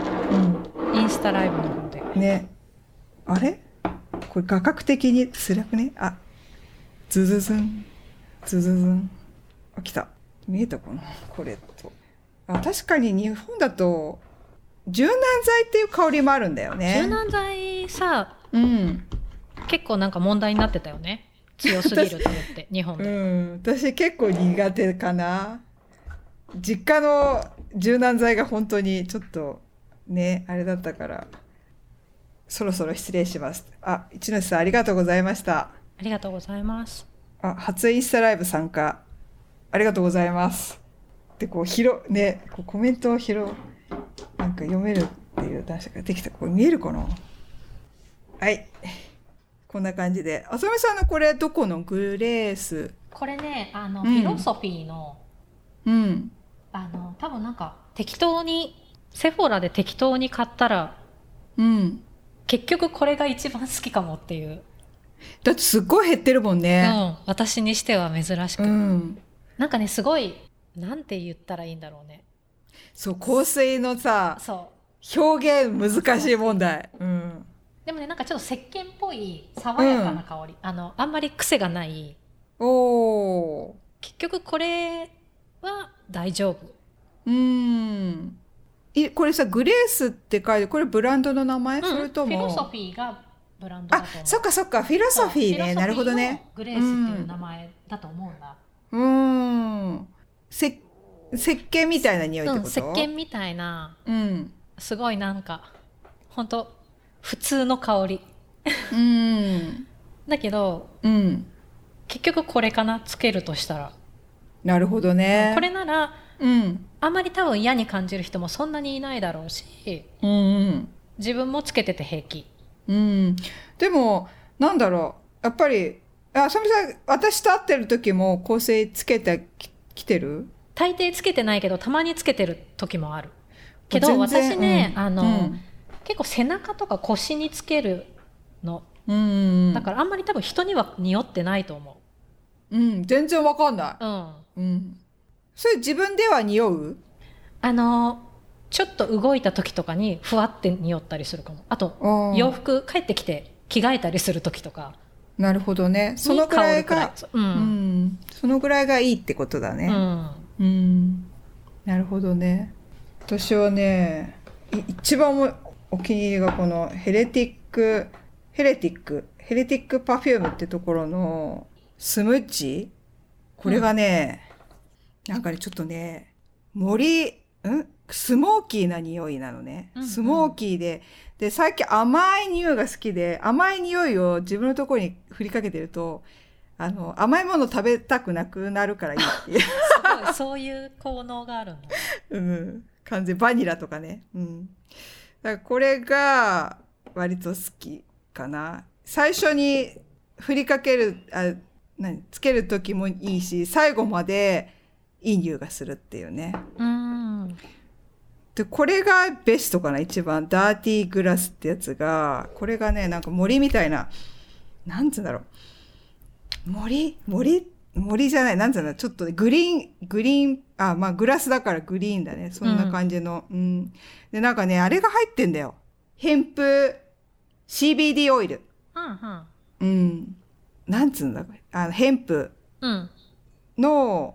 Speaker 1: う
Speaker 2: インスタライブの方で
Speaker 1: ん。ね。あれこれ画角的に辛くねあ、ズズズン。ズズズン。あ、来た。見えたかなこれと。あ、確かに日本だと、柔軟剤っていう香りもあるんだよね。
Speaker 2: 柔軟剤さ
Speaker 1: うん、
Speaker 2: 結構なんか問題になってたよね強すぎると思って 日本
Speaker 1: う
Speaker 2: で、
Speaker 1: ん、私結構苦手かな実家の柔軟剤が本当にちょっとねあれだったからそろそろ失礼しますあ一ノ瀬さんありがとうございました
Speaker 2: ありがとうございます
Speaker 1: あ初インスタライブ参加ありがとうございますでこう拾うねこうコメントを拾うなんか読めるっていう男子ができたこれ見えるかなはいこんな感じで浅見さんのこれどこのグレース
Speaker 2: これねあの、
Speaker 1: うん
Speaker 2: フィロソフィーの
Speaker 1: うん
Speaker 2: あの多分なんか適当にセフォラで適当に買ったら
Speaker 1: うん
Speaker 2: 結局これが一番好きかもっていう、
Speaker 1: だってすっごい減ってるもん
Speaker 2: う
Speaker 1: ね
Speaker 2: ん、私にしては珍しく、
Speaker 1: うん、
Speaker 2: なんかねすごいなんて言ったらいいんだろうね
Speaker 1: そう香水のさ
Speaker 2: そ
Speaker 1: 表現難しい問題うん
Speaker 2: うでもねなんかちょっと石鹸っぽい爽やかな香り、あのあんまり癖がない
Speaker 1: おお
Speaker 2: 結局これは大丈夫
Speaker 1: うんいこれさグレースって書いてこれブランドの名前、
Speaker 2: うん
Speaker 1: それと
Speaker 2: フィロソ
Speaker 1: も
Speaker 2: フィーがブランドだ
Speaker 1: あ
Speaker 2: と思う
Speaker 1: そっかそっかフィロソフィー
Speaker 2: そう
Speaker 1: ね
Speaker 2: フィロソフィーの
Speaker 1: なるほどね
Speaker 2: グレースっていう名前だと思うんだ、
Speaker 1: うんせ石鹸みたいな匂いっ
Speaker 2: う
Speaker 1: て
Speaker 2: ん、
Speaker 1: こと
Speaker 2: 石鹸みたいな
Speaker 1: うん
Speaker 2: すごいなんか本当普通の香り
Speaker 1: うん
Speaker 2: だけど
Speaker 1: うん
Speaker 2: 結局これかなつけるとしたら、
Speaker 1: なるほどね
Speaker 2: これなら
Speaker 1: うん
Speaker 2: あまり多分嫌に感じる人もそんなにいないだろうし
Speaker 1: うんうん
Speaker 2: 自分もつけてて平気
Speaker 1: うん、でもなんだろうやっぱりあさみさん私と会ってる時も香水つけてききてる
Speaker 2: 大抵つけてないけどたまにつけてる時もあるけど
Speaker 1: 全然
Speaker 2: 私ね、
Speaker 1: うん
Speaker 2: あの、
Speaker 1: うん
Speaker 2: 結構背中とか腰につけるの
Speaker 1: うん
Speaker 2: だからあんまり多分人には匂ってないと思
Speaker 1: うん全然わかんな
Speaker 2: う、うん、
Speaker 1: い、うん、それ自分では匂う
Speaker 2: あのちょっと動いた時とかにふわって匂ったりするかもあと
Speaker 1: あ
Speaker 2: 洋
Speaker 1: あ
Speaker 2: 服帰ってきて着替えたりする時とか
Speaker 1: なるほどねその
Speaker 2: に
Speaker 1: く
Speaker 2: 香
Speaker 1: らい
Speaker 2: るくらい
Speaker 1: が
Speaker 2: う、
Speaker 1: うんんそのぐらいがいいってことだ
Speaker 2: う
Speaker 1: ね
Speaker 2: ん、
Speaker 1: うん、なるほどね私はねい一番おお気に入りがこのヘレティックヘレティックヘレティックパフュームってところのスムッチこれがね、なんかねちょっとね森んスモーキーな匂いなのね、
Speaker 2: うんうん
Speaker 1: スモーキーでで最近甘い匂いが好きで甘い匂いを自分のところに振りかけてるとあの甘いもの食べたくなくなるからいいっていう
Speaker 2: すごいそういう効能があるんだ
Speaker 1: うん、完全バニラとかね。うん。だからこれが割と好きかな。最初に振りかける、あ、何、つける時もいいし、最後までいい匂いがするっていうね。
Speaker 2: うん
Speaker 1: で、これがベストかな、一番。ダーティーグラスってやつが、これがね、なんか森みたいな、なんつうんだろう。森森森じゃない、なんつうんだ、ちょっとねグリーン、グリーン、あ、まあグラスだからグリーンだね。そんな感じの。うん、で、なんかね、あれが入ってんだよ。ヘンプ CBD オイル。
Speaker 2: うん
Speaker 1: うん。なんつうんだ、これあの、ヘンプ
Speaker 2: うん。うん。
Speaker 1: の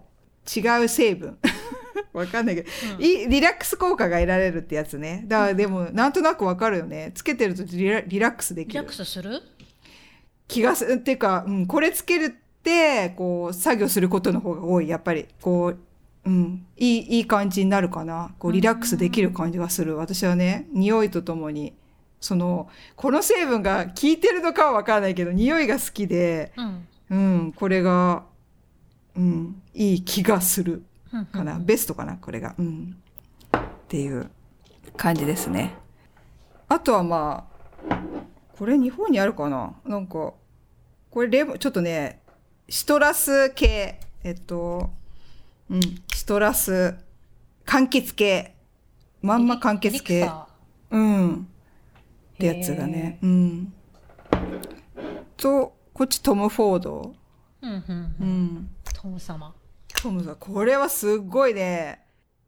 Speaker 1: 違う成分。 わかんないけど、
Speaker 2: うん
Speaker 1: いリラックス効果が得られるってやつね。だからでも、なんとなくわかるよね。つけてるとリラリラックスで
Speaker 2: リ
Speaker 1: き
Speaker 2: ラッ
Speaker 1: る
Speaker 2: ク。スする
Speaker 1: 気がする。っていうか、うん、これつけるって、こう、作業することの方が多い。やっぱり、こう、うん、いい、いい感じになるかな。こう、リラックスできる感じがする。私はね、匂いとともに、その、この成分が効いてるのかはわからないけど、匂いが好きで、
Speaker 2: うん。
Speaker 1: うん、これが、うん、いい気がする。
Speaker 2: うん
Speaker 1: かな、ベストかなこれが、うん、っていう感じですねあとはまあこれ日本にあるかななんかこれレモンちょっとねシトラス系えっとうんシトラス柑橘系まんま柑橘
Speaker 2: エリ
Speaker 1: 系
Speaker 2: クサ
Speaker 1: うんってやつがねうんとこっちトム・フォード
Speaker 2: ーうんうん
Speaker 1: う。ん
Speaker 2: トム様。
Speaker 1: トムさん、これはすっごいね、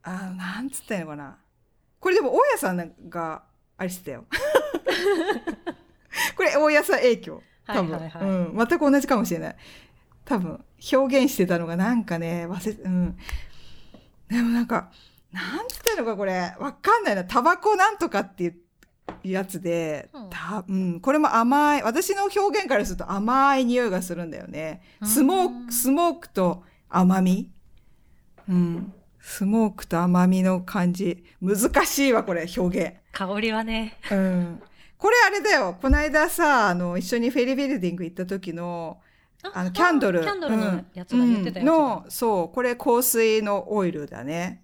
Speaker 1: あーなんつったらいいのかな。これでも、大家さんが、あれして たよ。これ、大家さん影響。多分、
Speaker 2: はいはいはい
Speaker 1: うん。全く同じかもしれない。多分、表現してたのがなんかね、忘れ、うん。でもなんか、なんつったらいいのか、これ。わかんないな。タバコなんとかっていうやつで、
Speaker 2: うん
Speaker 1: たうん、これも甘い、私の表現からすると甘い匂いがするんだよね。スモーク、スモークと甘み。うん。スモークと甘みの感じ。難しいわ、これ、表現。
Speaker 2: 香りはね。
Speaker 1: うん。これあれだよ。こないださ、あの、一緒にフェリービルディング行った時の、あの、キャンドル。
Speaker 2: キャンドル
Speaker 1: う
Speaker 2: の
Speaker 1: ん
Speaker 2: やつが言ってたやつだ。
Speaker 1: うんの、そう、これ香水のオイルだね。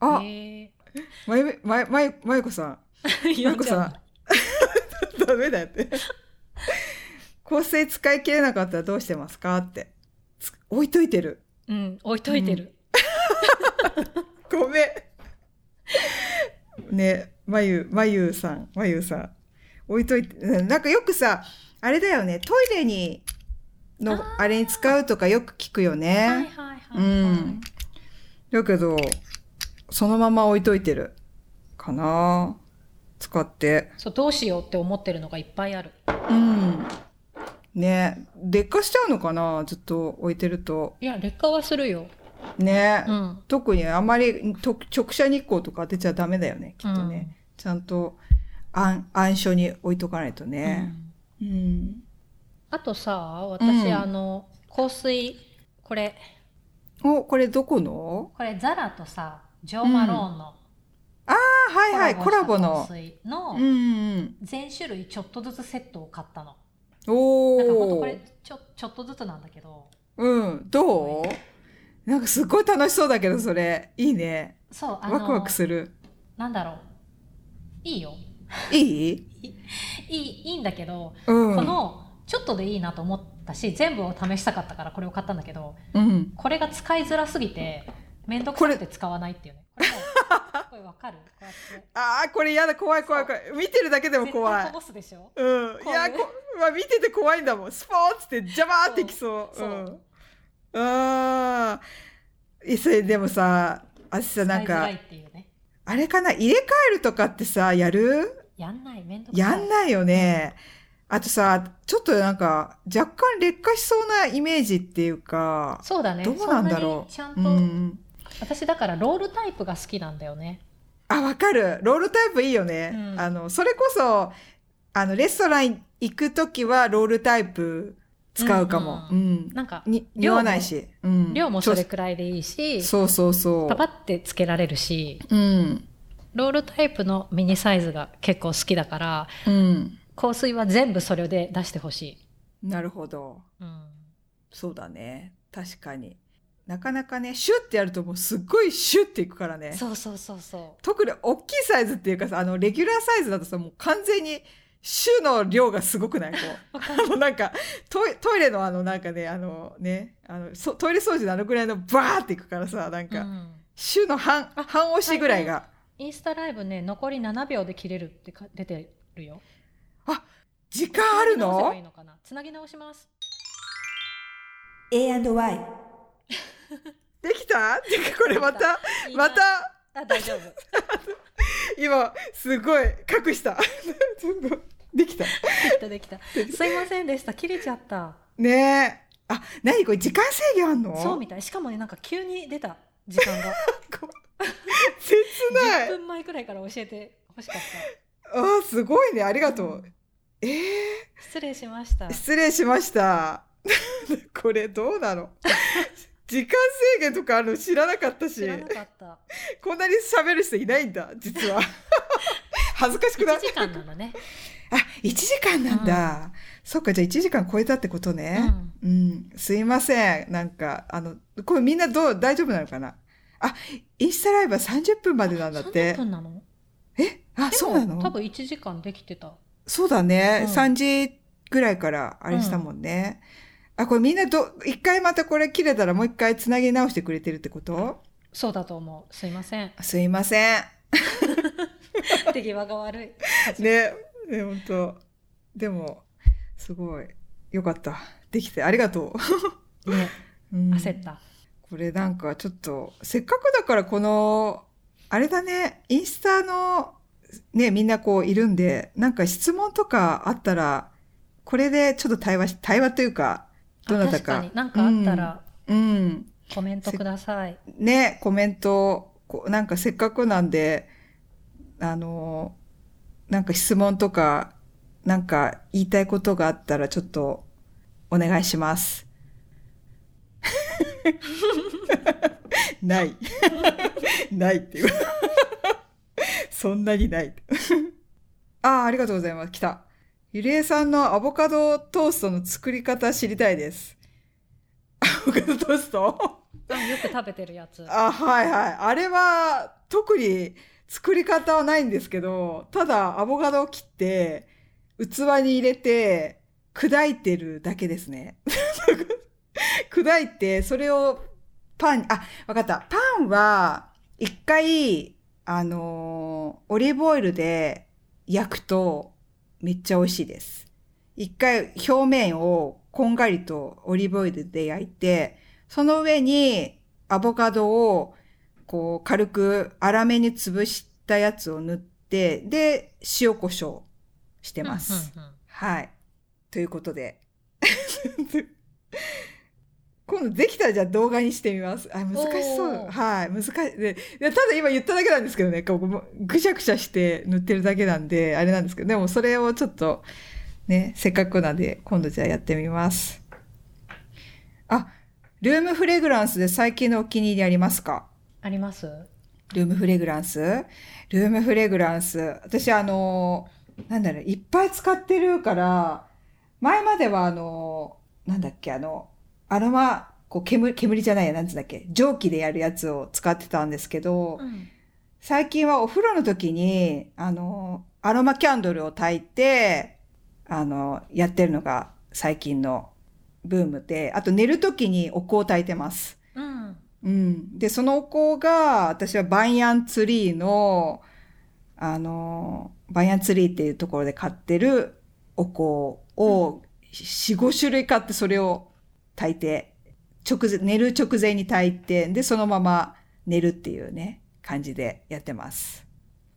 Speaker 1: あ、
Speaker 2: へ
Speaker 1: まゆ、まゆ、まゆ、まゆこさん。
Speaker 2: ー言
Speaker 1: ま ゆ
Speaker 2: っ
Speaker 1: こ
Speaker 2: ちゃう
Speaker 1: さん。ダメだって。香水使い切れなかったらどうしてますかって。つ置いといてる。
Speaker 2: うん、置いといてる。
Speaker 1: ごめん。ね、まゆ、まゆさん、まゆさん。置いといて、うんなんかよくさ、あれだよね、トイレに、の、
Speaker 2: あ
Speaker 1: あれに使うとかよく聞くよね。
Speaker 2: はいはいは
Speaker 1: う
Speaker 2: いはい。
Speaker 1: ん。だけど、そのまま置いといてる。かな使って。
Speaker 2: そう、どうしようって思ってるのがいっぱいある。
Speaker 1: うん。ね、劣化しちゃうのかなずっと置いてると。
Speaker 2: いや、劣化はするよ。
Speaker 1: ね。
Speaker 2: うん。
Speaker 1: 特にあまりと直射日光とか当てちゃダメだよねきっとね、
Speaker 2: うん
Speaker 1: ちゃんと暗暗所に置いとかないと
Speaker 2: う
Speaker 1: ね
Speaker 2: ん
Speaker 1: うん、
Speaker 2: あとさ、私、
Speaker 1: うん
Speaker 2: あの、香水、これ、
Speaker 1: おこれどこの
Speaker 2: これ、ザラとさ、ジョー・マローンの
Speaker 1: あはいはいコラボ
Speaker 2: した
Speaker 1: の
Speaker 2: 香水の
Speaker 1: うんうん
Speaker 2: 全種類ちょっとずつセットを買ったの。
Speaker 1: お
Speaker 2: なんかほんとこ
Speaker 1: お
Speaker 2: れちょ、ちょっとずつなんだけど、
Speaker 1: うんどうなんかすごい楽しそうだけどそれいいね
Speaker 2: そう、あの、
Speaker 1: ワクワクする
Speaker 2: なんだろう。いいよ。
Speaker 1: いい
Speaker 2: いい、いいんだけど、
Speaker 1: うん
Speaker 2: この、ちょっとでいいなと思ったし、全部を試したかったからこれを買ったんだけど、
Speaker 1: うん
Speaker 2: これが使いづらすぎて、めんどくさくて使わないっていうね。これも う、これわかるこうやって。
Speaker 1: ああこれやだ怖い怖い怖い見てるだけでも怖
Speaker 2: 絶対
Speaker 1: い
Speaker 2: こぼすでしょ
Speaker 1: うん、いや
Speaker 2: 怖い
Speaker 1: こ、 まあ、見てて怖いんだもんスポーツってジャバーってきそう、
Speaker 2: そううん
Speaker 1: あーえそれでもさあさなん
Speaker 2: 使いづら
Speaker 1: か
Speaker 2: いっていうね。
Speaker 1: あれかな入れ替えるとかってさやる
Speaker 2: やんない、めんどくさい。
Speaker 1: やんないよね、あとさちょっとなんか若干劣化しそうなイメージっていうか
Speaker 2: そうだね。
Speaker 1: どうなんだろう
Speaker 2: そ
Speaker 1: う
Speaker 2: んなにちゃんと、
Speaker 1: ん、
Speaker 2: 私だからロールタイプが好きなんだよね。
Speaker 1: あわかるロールタイプいいよね、
Speaker 2: うん
Speaker 1: あのそれこそあのレストラン行く時はロールタイプ使うかも、
Speaker 2: うん
Speaker 1: うん、
Speaker 2: なんか、
Speaker 1: に
Speaker 2: 量
Speaker 1: 匂
Speaker 2: も
Speaker 1: わないし、うん
Speaker 2: 量もそれくらいでいいし、
Speaker 1: そうそうそう
Speaker 2: パパってつけられるし、
Speaker 1: うん
Speaker 2: ロールタイプのミニサイズが結構好きだから、
Speaker 1: うん
Speaker 2: 香水は全部それで出してほしい。
Speaker 1: なるほど
Speaker 2: うん。
Speaker 1: そうだね確かになかなかねシュッてやるともうすっごいシュッていくからね
Speaker 2: そうそうそうそ
Speaker 1: 特に大きいサイズっていうかさあのレギュラーサイズだとさもう完全にシュの量がすごくないこう
Speaker 2: う。わか
Speaker 1: あのなんかトイトイレのあのなんかねあのねあのそトイレ掃除のあのぐらいのバーっていくからさなん
Speaker 2: る。う
Speaker 1: か、
Speaker 2: ん
Speaker 1: シュの半半押しぐらいが
Speaker 2: インスタライブね、残り7秒で切れるってか出てるよ。
Speaker 1: 時間ある
Speaker 2: つなぎ直せばいい
Speaker 1: の
Speaker 2: のかなつなぎ直します。
Speaker 3: A&Y
Speaker 1: できたってかこれまた
Speaker 2: いいな
Speaker 1: ま。た
Speaker 2: あ、大丈夫。
Speaker 1: 今すごい隠したちょっとできた
Speaker 2: できた、できた。すいませんでした。切れちゃった。
Speaker 1: ねえあ何これ時間制限あんの
Speaker 2: そうみたい。しかもね、なんか急に出た時間が。
Speaker 1: こ切 ない
Speaker 2: 10分前くらいから教えて欲しかった。
Speaker 1: あーすごいねありがとう、
Speaker 2: うん
Speaker 1: え
Speaker 2: 失礼しました
Speaker 1: ー、。失礼しました これどうなの時間制限とかあるの知らなかったし
Speaker 2: 知らなかった。
Speaker 1: こんなに喋る人いないんだ実は恥ずかしくない
Speaker 2: 1時間なの ね。
Speaker 1: あ1時間なんだ、そっかじゃあ1時間超えたってことね、
Speaker 2: うん
Speaker 1: うん、すいません。なんか、あの、これみんなどう、大丈夫なのかなあ、インスタライブは30分までなんだって
Speaker 2: 30。分なの
Speaker 1: えあ、
Speaker 2: でも
Speaker 1: そうなの
Speaker 2: 多分1時間できてた。
Speaker 1: そうだね、
Speaker 2: うん
Speaker 1: 3時ぐらいからあれしたもんね。あ、これみんなど、一回またこれ切れたらもう一回つなぎ直してくれてるってこと
Speaker 2: そうだと思う。すい ません。
Speaker 1: すいません。
Speaker 2: 手際が悪い。
Speaker 1: ね、ね、ほんと。でも、すごい。よかった。できて、ありがと
Speaker 2: ね、
Speaker 1: う。うん
Speaker 2: 焦った。
Speaker 1: これなんかちょっと、せっかくだからこの、あれだね、インスタの、ね、みんなこういるんで、なんか質問とかあったら、これでちょっと対話し、対話というか、どなた
Speaker 2: 確か
Speaker 1: か。
Speaker 2: に何かあったら
Speaker 1: うん。
Speaker 2: コメントください。
Speaker 1: うん。ね、コメント、こうなんかせっかくなんで、あの、なんか質問とか、なんか言いたいことがあったらちょっとお願いします。ない。ないっていう。そんなにない。ああ、ありがとうございます。来た。ゆりえさんのアボカドトーストの作り方知りたいです。アボカドトースト
Speaker 2: あよく食べてるやつ。
Speaker 1: あ、はいはい。あれは、特に作り方はないんですけど、ただアボカドを切って、器に入れて、砕いてるだけですね。 砕いて、それをパンに、あ、わかった。パンは、一回、あのーオリーブオイルで焼くと、めっちゃ美味しいです。一回表面をこんがりとオリーブオイルで焼いて、その上にアボカドをこう軽く粗めに潰したやつを塗って、で、塩胡椒してます。
Speaker 2: うんうんうん
Speaker 1: はい。ということで。 今度できたらじゃあ動画にしてみます。あ、難しそ
Speaker 2: お
Speaker 1: う。
Speaker 2: ー
Speaker 1: はい。難しい。ででただ今言っただけなんですけどね、こうもうぐしゃぐしゃして塗ってるだけなんで、あれなんですけど、でもそれをちょっと、ね、せっかくなんで、今度じゃあやってみます。あ、ルームフレグランスで最近のお気に入りありますか
Speaker 2: あります
Speaker 1: ルームフレグランスルームフレグランス。私、あの、なんだろう、いっぱい使ってるから、前までは、あの、なんだっけ、あの、アロマ、こう、煙、煙じゃないや、なんつうんだっけ、蒸気でやるやつを使ってたんですけど、
Speaker 2: うん
Speaker 1: 最近はお風呂の時に、あの、アロマキャンドルを焚いて、あの、やってるのが最近のブームで、あと寝る時にお香を焚いてます。
Speaker 2: うん。
Speaker 1: うん。で、そのお香が、私はバンヤンツリーの、あの、バンヤンツリーっていうところで買ってるお香を、4、5種類買ってそれを炊いて、直前、寝る直前に炊いて、で、そのまま寝るっていうね、感じでやってます。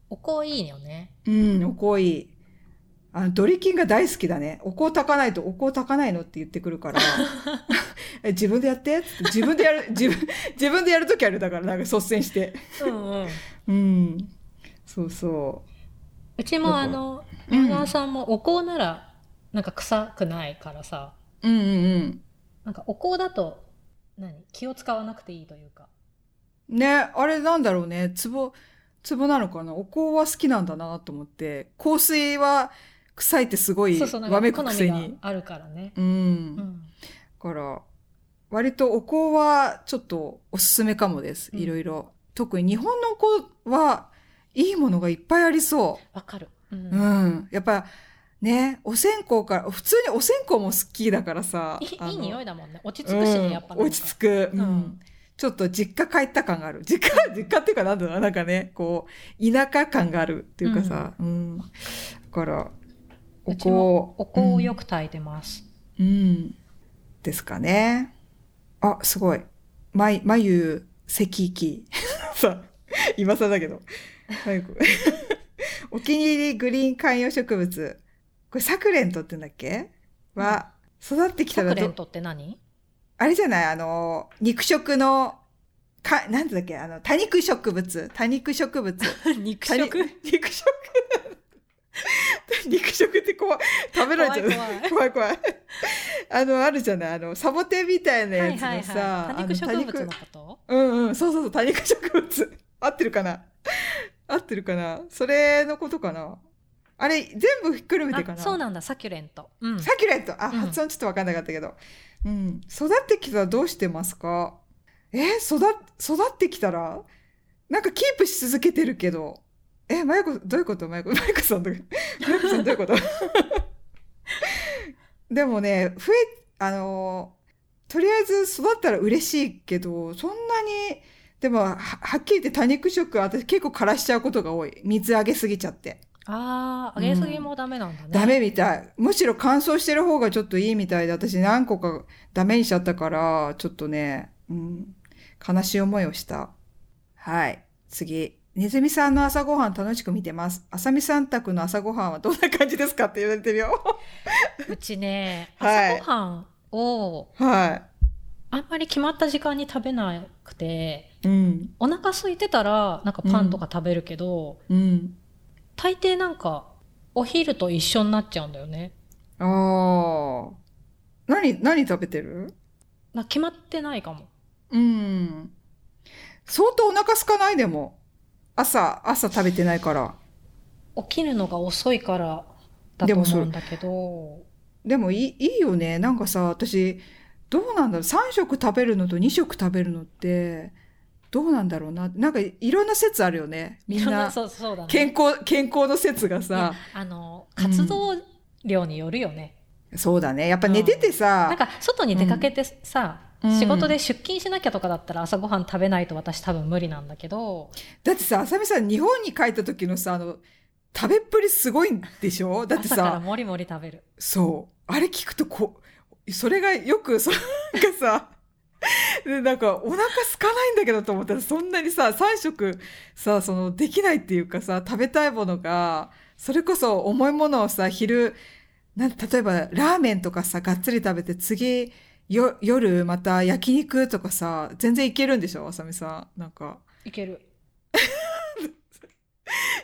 Speaker 2: お香いいよね。
Speaker 1: うん、お香いい。あの、ドリキンが大好きだね。お香炊かないと、お香炊かないのって言ってくる から。え自分でやってっつって自分でやる、自 分、自分でやるときあるだから、なんか率先して。
Speaker 2: うんうん。
Speaker 1: うん。そうそう
Speaker 2: ちもあの、
Speaker 1: う。うん。
Speaker 2: ユーザーさんもお香なら、なんか臭くないからさ、
Speaker 1: うんうん
Speaker 2: なんかお香だと、何気を使わなくていいというか。
Speaker 1: うん。ね、あれなんだろうね。ツボ、ツボなのかな。お香は好きなんだなと思って。香水は臭いってすごい
Speaker 2: そうそう、なん
Speaker 1: わめ
Speaker 2: か
Speaker 1: くく
Speaker 2: 好
Speaker 1: せ
Speaker 2: みが
Speaker 1: に。
Speaker 2: あるからね。
Speaker 1: う。
Speaker 2: うんん。
Speaker 1: だから、割とお香はちょっとおすすめかもです。
Speaker 2: うん
Speaker 1: いろいろ。特に日本のお香はいいものがいっぱいありそう。
Speaker 2: わかる。うん。
Speaker 1: うん。やっぱ、ね、お線香から、普通にお線香も好きだからさ。
Speaker 2: いい
Speaker 1: あの
Speaker 2: いい匂いだもんね。落ち着くしね、やっぱ
Speaker 1: うん、落ち着く、うん
Speaker 2: うん
Speaker 1: ちょっと実家帰った感がある。実家、 実家っていうかなんだろう、なんかね、こう、田舎感があるっていうかさ、うん。だから、お
Speaker 2: うち
Speaker 1: 香
Speaker 2: も
Speaker 1: を。
Speaker 2: お香をよく炊いてます。
Speaker 1: うん。うん。ですかね。あ、すごい。眉、眉、咳 き。さ、今更だけど。早 く。お気に入りグリーン観葉植物。これ、サクレントって言うんだっけは、育ってきた
Speaker 2: サ
Speaker 1: ら
Speaker 2: ク
Speaker 1: ど
Speaker 2: レントって何
Speaker 1: あれじゃないあの、肉食の、か、なんてだっけあの、多肉植物。多肉植物。
Speaker 2: 肉
Speaker 1: 多肉肉食 肉食って怖い。食べられちゃう。
Speaker 2: 怖い怖い
Speaker 1: 怖い怖いあの、あるじゃないあの、サボテンみたいな
Speaker 2: はい
Speaker 1: やつ
Speaker 2: はい
Speaker 1: のさ、
Speaker 2: はい。多肉
Speaker 1: あ
Speaker 2: 植
Speaker 1: の
Speaker 2: 物のこと
Speaker 1: うんうん、そうそうそう、多肉植物。合ってるかな合ってるかなそれのことかなあれ、全部ひっくるめてか
Speaker 2: あ、
Speaker 1: な
Speaker 2: そうなんだ、サキュレント。うん。
Speaker 1: サキュレント。あ、
Speaker 2: ん
Speaker 1: 発音ちょっとわかんなかったけど。うん。育ってきたらどうしてますかえー育っ、育ってきたらなんかキープし続けてるけど。え、まゆこ、どういうことまゆこ、まゆこさんどういう、 まゆこさんどういうこと でもね、増え、あのー、とりあえず育ったら嬉しいけど、そんなに、でもは、はっきり言って多肉食、私結構枯らしちゃうことが多い。水あげすぎちゃって。
Speaker 2: ああ、揚げすぎもダメなんだね。
Speaker 1: ダメみたい。むしろ乾燥してる方がちょっといいみたいで、私何個かダメにしちゃったから、ちょっとね、うん、悲しい思いをした。はい。次。ネズミさんの朝ごはん楽しく見てます。あさみさん宅の朝ごはんはどんな感じですかって言われてるよ。
Speaker 2: うちね、
Speaker 1: はい
Speaker 2: 朝ごはんを
Speaker 1: は
Speaker 2: あんまり決まった時間に食べなくて、
Speaker 1: い。うん。
Speaker 2: お腹空いてたらなんかパンとか食べるけど、
Speaker 1: うん。
Speaker 2: 大抵なんかお昼と一緒になっちゃうんだよね。
Speaker 1: ああ。何、何食べてる
Speaker 2: なんか決まってないかも。
Speaker 1: うん。相当お腹空かないでも。朝、朝食べてないから。
Speaker 2: 起きるのが遅いからだ
Speaker 1: で
Speaker 2: と
Speaker 1: も
Speaker 2: 思
Speaker 1: そう
Speaker 2: うんだけど、
Speaker 1: でもいいいいよねなんかさ私どうなんだろう3食食べるのと2食食べるのってどうなんだろうななんかいろんな説あるよねみん
Speaker 2: いろ
Speaker 1: な
Speaker 2: そうそうだね。
Speaker 1: 健康健康の説が
Speaker 2: いや
Speaker 1: さ
Speaker 2: あの
Speaker 1: うん
Speaker 2: 活動量によるよね。
Speaker 1: そうだねやっぱ寝ててさ
Speaker 2: なんか外に出かけてさ、
Speaker 1: うん
Speaker 2: 仕事で出勤しなきゃとかだったら朝ごはん食べないと私多分無理なんだけど、
Speaker 1: だってさあさみさん日本に帰った時のさあの食べっぷりすごいんでしょだって
Speaker 2: 朝から
Speaker 1: さ
Speaker 2: もりもり食べる。
Speaker 1: そうあれ聞くとこそれがよくそ なんかさでなんかお腹空かないんだけどと思ったらそんなにさ3食さそのできないっていうかさ食べたいものがそれこそ重いものをさ昼なん例えばラーメンとかさがっつり食べて次よ夜また焼肉とかさ全然いけるんでしょあさみさんなんか
Speaker 2: いける。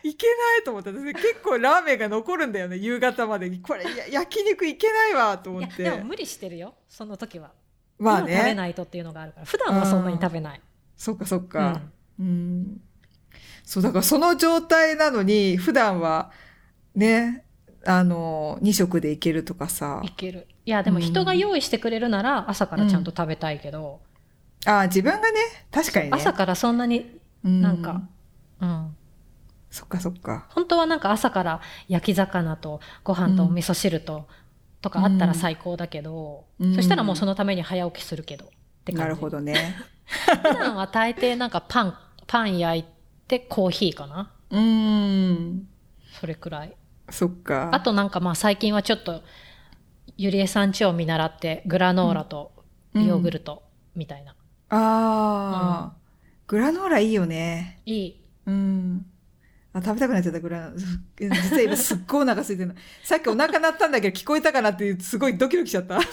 Speaker 1: いけないと思った私結構ラーメンが残るんだよね夕方までにこれや焼肉いけないわと
Speaker 2: い
Speaker 1: 思
Speaker 2: や
Speaker 1: って
Speaker 2: でも無理してるよその時は、
Speaker 1: まあ
Speaker 2: 今食べ
Speaker 1: ね
Speaker 2: ないとっていうのがあるから普段はそんなに食べない、
Speaker 1: そっかそっ
Speaker 2: うん
Speaker 1: か、うんそう、だからその状態なのに、普段は、ね、あの、2食でいけるとかさ
Speaker 2: い、けるいやでも人が用意してくれるなら朝からちゃんと食べたいけど、
Speaker 1: あ自分がね、確かにね。
Speaker 2: 朝からそんなに
Speaker 1: う
Speaker 2: なんか、うん、
Speaker 1: そっかそっか。
Speaker 2: 本当はなんか朝から焼き魚とご飯とお味噌汁と、とかあったら最高だけど、
Speaker 1: うん
Speaker 2: そしたらもうそのために早起きするけどって感じ
Speaker 1: なるほど ね。
Speaker 2: 普段は大抵なんかパンパン焼いてコーヒーかな
Speaker 1: うん。
Speaker 2: それくらい
Speaker 1: そっか。
Speaker 2: あとなんかまあ最近はちょっとゆりえさんちを見習ってグラノーラとヨーグルトみたいな、
Speaker 1: ああ、グラノーラいいよね。
Speaker 2: いい
Speaker 1: うん。あ、食べたくなっちゃった、グラノーラ。実は今すっごいお腹空いてるの。さっきお腹鳴ったんだけど聞こえたかなっていう、すごいドキドキしちゃった。なんか。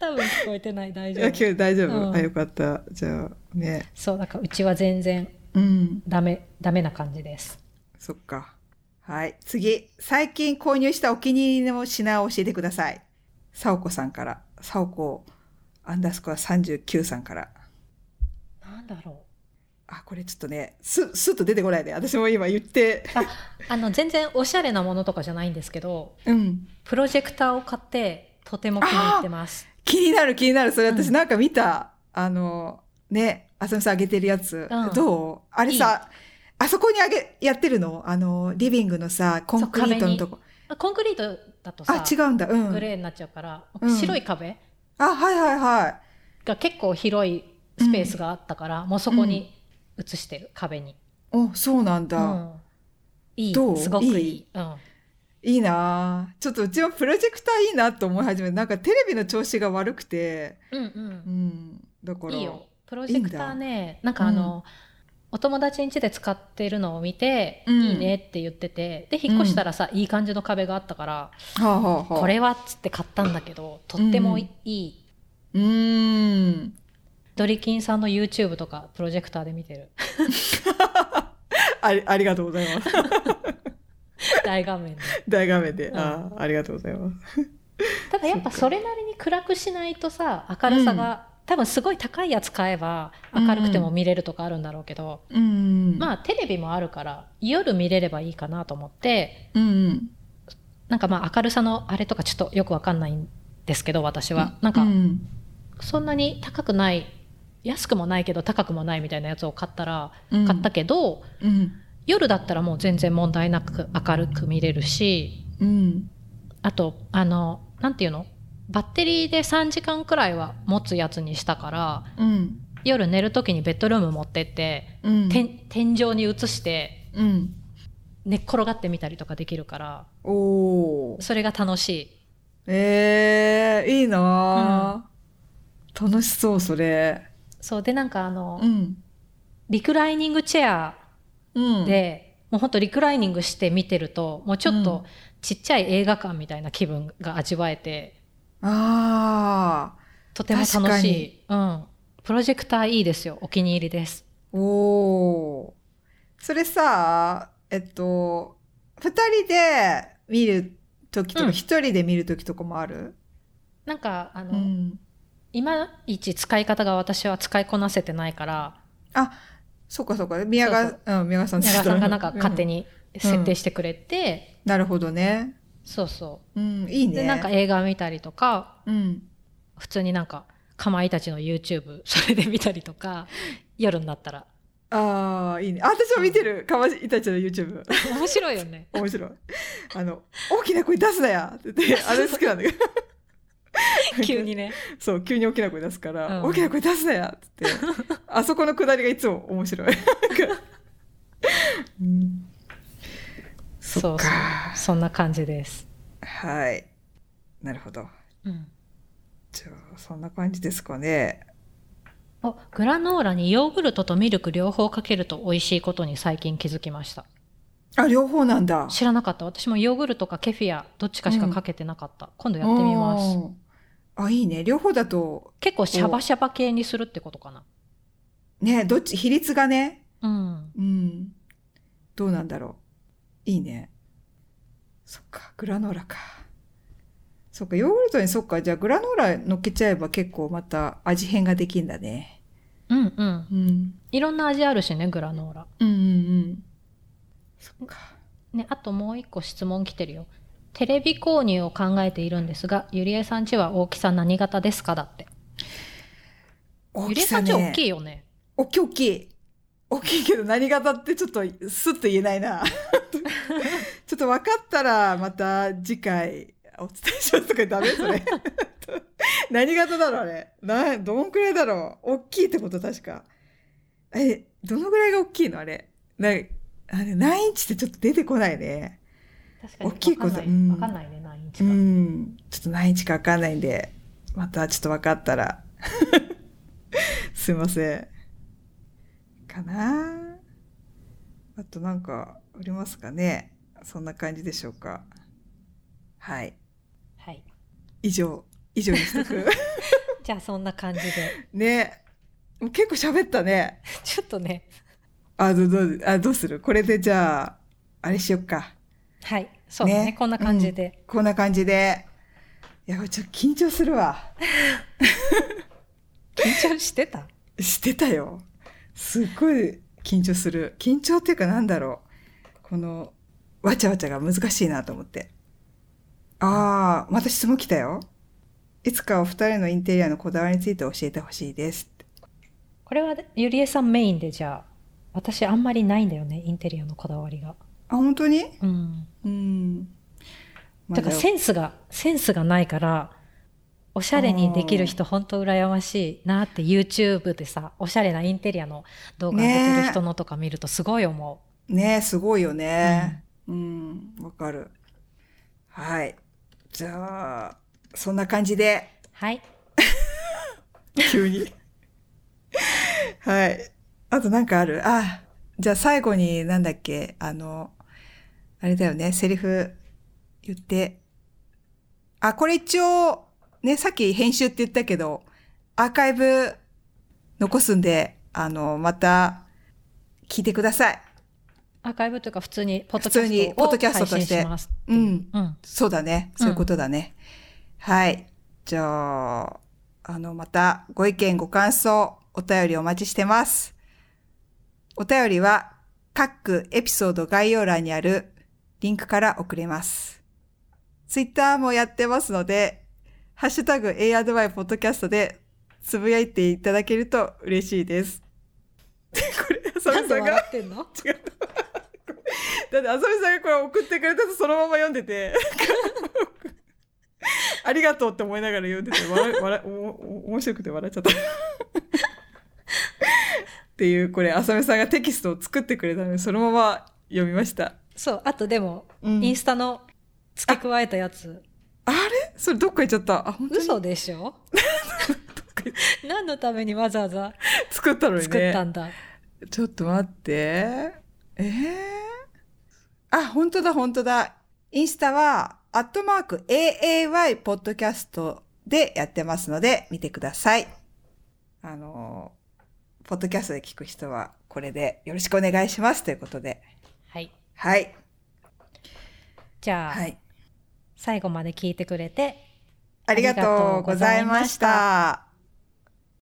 Speaker 2: 多分聞こえてない大
Speaker 1: い
Speaker 2: 丈
Speaker 1: や
Speaker 2: 夫
Speaker 1: 今日大丈夫、
Speaker 2: うん
Speaker 1: あよかったじゃあね
Speaker 2: そうだからうちは全然
Speaker 1: うん
Speaker 2: ダメダメな感じです
Speaker 1: そっかはい次最近購入したお気に入りの品を教えてくださいさおこさんからさおこアンダースコア39さんから
Speaker 2: なんだろう
Speaker 1: あこれちょっとねすすっと出てこないで私も今言って
Speaker 2: ああの全然おしゃれなものとかじゃないんですけど
Speaker 1: うん
Speaker 2: プロジェクターを買ってとても気に入ってます
Speaker 1: 気になる気になるそれ
Speaker 2: う
Speaker 1: 私
Speaker 2: ん
Speaker 1: なんか見た、あのねあさみさんあげてるやつ、
Speaker 2: うん
Speaker 1: どうあれさあそこにあげやってるのあのリビングのさコンクリートのとこ
Speaker 2: あコンクリートだとさ
Speaker 1: あ違うんだうん
Speaker 2: グレーになっちゃうから、
Speaker 1: うん
Speaker 2: 白い壁
Speaker 1: あ、はいはいはい。
Speaker 2: が結構広いスペースがあったから、もうそこに映してる、壁に。
Speaker 1: おそうなん
Speaker 2: う
Speaker 1: だ、
Speaker 2: ん、いい
Speaker 1: どう
Speaker 2: すごくいい
Speaker 1: いい
Speaker 2: うん、
Speaker 1: いいなあちょっとうちはプロジェクターいいなと思い始めてなんかテレビの調子が悪くて
Speaker 2: うん
Speaker 1: うんだか
Speaker 2: うん
Speaker 1: ら
Speaker 2: いいよプロジェクターねなんかあの、お友達ん家で使ってるのを見て、
Speaker 1: うん
Speaker 2: いいねって言っててで引っ越したらさ、いい感じの壁があったから、
Speaker 1: はあはあはあ
Speaker 2: これはっつって買ったんだけどとってもいい、
Speaker 1: うーん
Speaker 2: ドリキンさんの YouTube とかプロジェクターで見て る
Speaker 1: ありありがとうござい ます
Speaker 2: 大画面で
Speaker 1: 大画面で、
Speaker 2: うん
Speaker 1: あーありがとうございます
Speaker 2: ただやっぱそれなりに暗くしないとさ明るさが、多分すごい高いやつ買えば明るくても見れるとかあるんだろうけど、
Speaker 1: うん
Speaker 2: ま
Speaker 1: あ
Speaker 2: あテレビもあるから夜見れればいいかなと思って
Speaker 1: うん
Speaker 2: なんかまあ明るさのあれとかちょっとよくわかんないんですけど私は、なん
Speaker 1: う
Speaker 2: か
Speaker 1: ん
Speaker 2: そんなに高くない安くもないけど高くもないみたいなやつを買ったら
Speaker 1: うん
Speaker 2: 買ったけど、
Speaker 1: うん
Speaker 2: 夜だったらもう全然問題なく明るく見れるし
Speaker 1: うん
Speaker 2: あとあのなんていうのバッテリーで3時間くらいは持つやつにしたから
Speaker 1: うん
Speaker 2: 夜寝る時にベッドルーム持ってって、
Speaker 1: うん
Speaker 2: てん天井に移して
Speaker 1: うん
Speaker 2: 寝っ転がってみたりとかできるから
Speaker 1: おおー
Speaker 2: それが楽しい
Speaker 1: えー、いいなー、楽しそうそれ
Speaker 2: そうでなんかあの、
Speaker 1: うん
Speaker 2: リクライニングチェア
Speaker 1: うん
Speaker 2: で、もうほんとリクライニングして見てるともうちょっ
Speaker 1: うん
Speaker 2: とちっちゃい映画館みたいな気分が味わえて
Speaker 1: ああ
Speaker 2: とても楽しい、うん、プロジェクターいいですよお気に入りです
Speaker 1: おおーそれさえっと二人で見る時と
Speaker 2: う
Speaker 1: か
Speaker 2: ん
Speaker 1: 一、人で見る時とかもある
Speaker 2: なんかあの、
Speaker 1: うん
Speaker 2: いまいち使い方が私は使いこなせてないから
Speaker 1: そっかそっか宮川
Speaker 2: そう
Speaker 1: うん宮川さん
Speaker 2: 長さんがなんか勝手
Speaker 1: に、
Speaker 2: に設定してくれて、
Speaker 1: うんなるほどね
Speaker 2: そうそ
Speaker 1: うんいいうね
Speaker 2: でなんか映画見たりとか
Speaker 1: うん
Speaker 2: 普通になんかかまいたちの YouTube それで見たりとか夜になったら
Speaker 1: ああいいねあ私も見てるかまいたちの YouTube
Speaker 2: 面白いよ ね
Speaker 1: 面白いあの大きな声出すなやって言ってあれ好きなんだけど
Speaker 2: 急にね
Speaker 1: そう急に大きな声出すから、
Speaker 2: うん
Speaker 1: 大きな声出すなや って言ってあそこのくだりがいつも面白い、うん、
Speaker 2: そ
Speaker 1: っ
Speaker 2: う
Speaker 1: か
Speaker 2: そうそんな感じです、
Speaker 1: はいなるほど
Speaker 2: うん、
Speaker 1: じゃあそんな感じですかね
Speaker 2: おグラノーラにヨーグルトとミルク両方かけると美味しいことに最近気づきました
Speaker 1: あ両方なんだ
Speaker 2: 知らなかった私もヨーグルトかケフィアどっちかしかかけてなかった、今度やってみます
Speaker 1: おーあいいね両方だと
Speaker 2: 結構シャバシャバ系にするってことかな
Speaker 1: ねどっち比率がね
Speaker 2: うん
Speaker 1: うん。どうなんだろう。いいね。そっか、グラノーラか。そっか、ヨーグルトにそっか、じゃあグラノーラ乗っけちゃえば結構また味変ができんだね。
Speaker 2: うんうん
Speaker 1: うん。
Speaker 2: いろんな味あるしねグラノーラ
Speaker 1: うんうんうん。そっか。
Speaker 2: ねあともう一個質問来てるよテレビ購入を考えているんですがゆりえさんちは大きさ何型ですかだって
Speaker 1: 大
Speaker 2: ゆり
Speaker 1: き
Speaker 2: えさ
Speaker 1: さ
Speaker 2: ん
Speaker 1: ね。
Speaker 2: ち大きいよね
Speaker 1: 大きい大きい。大きいけど何型ってちょっとスッと言えないな。ちょっと分かったらまた次回お伝えしますとかダメそれ。 何型だろうあれ。な、どんくらいだろう大きいってこと確か。え、どのぐらいが大きいのあれ。な、あれ何インチってちょっと出てこないね。
Speaker 2: 確
Speaker 1: かに大きいことわかんないうんわかんない
Speaker 2: ね何イン
Speaker 1: う、ん。ちょっと何インチか分かんないんで、またちょっと分かったら。すいません。かなあとなんかありますかねそんな感じでしょうか。はい。
Speaker 2: はい、
Speaker 1: 以上、以上にしと く。
Speaker 2: じゃあそんな感じで
Speaker 1: ねもう結構喋ったね。
Speaker 2: ちょっとね
Speaker 1: あ、どどうあどうするこれでじゃあ、あれしよっか。
Speaker 2: はいそうだね
Speaker 1: ね
Speaker 2: こんな感じで、
Speaker 1: こんな感じで。いや、ちょっと緊張するわ。
Speaker 2: 緊張してた
Speaker 1: してたよ。すっごい緊張する。緊張っていうかなんだろう。この、わちゃわちゃが難しいなと思って。ああ、また質問来たよ。いつかお二人のインテリアのこだわりについて教えてほしいです。
Speaker 2: これはゆりえさんメインでじゃあ私あんまりないんだよねインテリアのこだわりが
Speaker 1: あ、本当に
Speaker 2: うん
Speaker 1: うん。ま
Speaker 2: だから
Speaker 1: よ
Speaker 2: センスがセンスがないからおしゃれにできる人本当羨ましいなって YouTube でさおしゃれなインテリアの動画上げてる人のとか見るとすごい思
Speaker 1: ねすごいよね。うん、わ、かる。はい。じゃあ、そんな感じで、
Speaker 2: うはい
Speaker 1: 急に。はい。あとなんかあるあ、じゃあ最後になんだっけあの、あれだよね、セリフ言って。あ、これ一応、ね、さっき編集って言ったけど、アーカイブ残すんで、あの、また聞いてください。
Speaker 2: アーカイブというか普通にポッ
Speaker 1: 普
Speaker 2: ド
Speaker 1: 通にポッドキ
Speaker 2: キ
Speaker 1: ャ
Speaker 2: ャ
Speaker 1: ス
Speaker 2: ス
Speaker 1: ト
Speaker 2: ト
Speaker 1: と
Speaker 2: を
Speaker 1: して
Speaker 2: 配信します
Speaker 1: うん。
Speaker 2: うん
Speaker 1: そうだね。そういうことだね。はい。じゃあ、あの、またご意見、ご感想、お便りお待ちしてます。お便りは各エピソード概要欄にあるリンクから送れます。ツイッターもやってますので、ハッシュタグ ARY ポッドキャストでつぶやいていただけると嬉しいです。 これ、浅
Speaker 2: な
Speaker 1: 見
Speaker 2: ん
Speaker 1: さ
Speaker 2: で
Speaker 1: んが
Speaker 2: 笑、ってんの
Speaker 1: 違った。だって、あさみさんがこれ送ってくれたとそのまま読んで て、ありがとうって思いながら読んでて、笑い笑いおも面白くて笑っちゃった。っていう、これ、あさみさんがテキストを作ってくれたので、そのまま読みました。
Speaker 2: そうあとでも
Speaker 1: うん
Speaker 2: インスタの付け加えたやつ
Speaker 1: あれそれどっか行っちゃった。あ、本当に
Speaker 2: 嘘でしょ 何のためにわざわざ
Speaker 1: 作ったのにね。
Speaker 2: 作ったんだ
Speaker 1: ちょっと待って。えー、あ、本当だ、本当だ。インスタは、アットマーク AAY ポッドキャストでやってますので、見てください。あのー、ポッドキャストで聞く人は、これでよろしくお願いしますということで。
Speaker 2: はい
Speaker 1: はい。
Speaker 2: じゃあ、
Speaker 1: はい。
Speaker 2: 最後まで聞いてくれて
Speaker 1: ありがとうございました。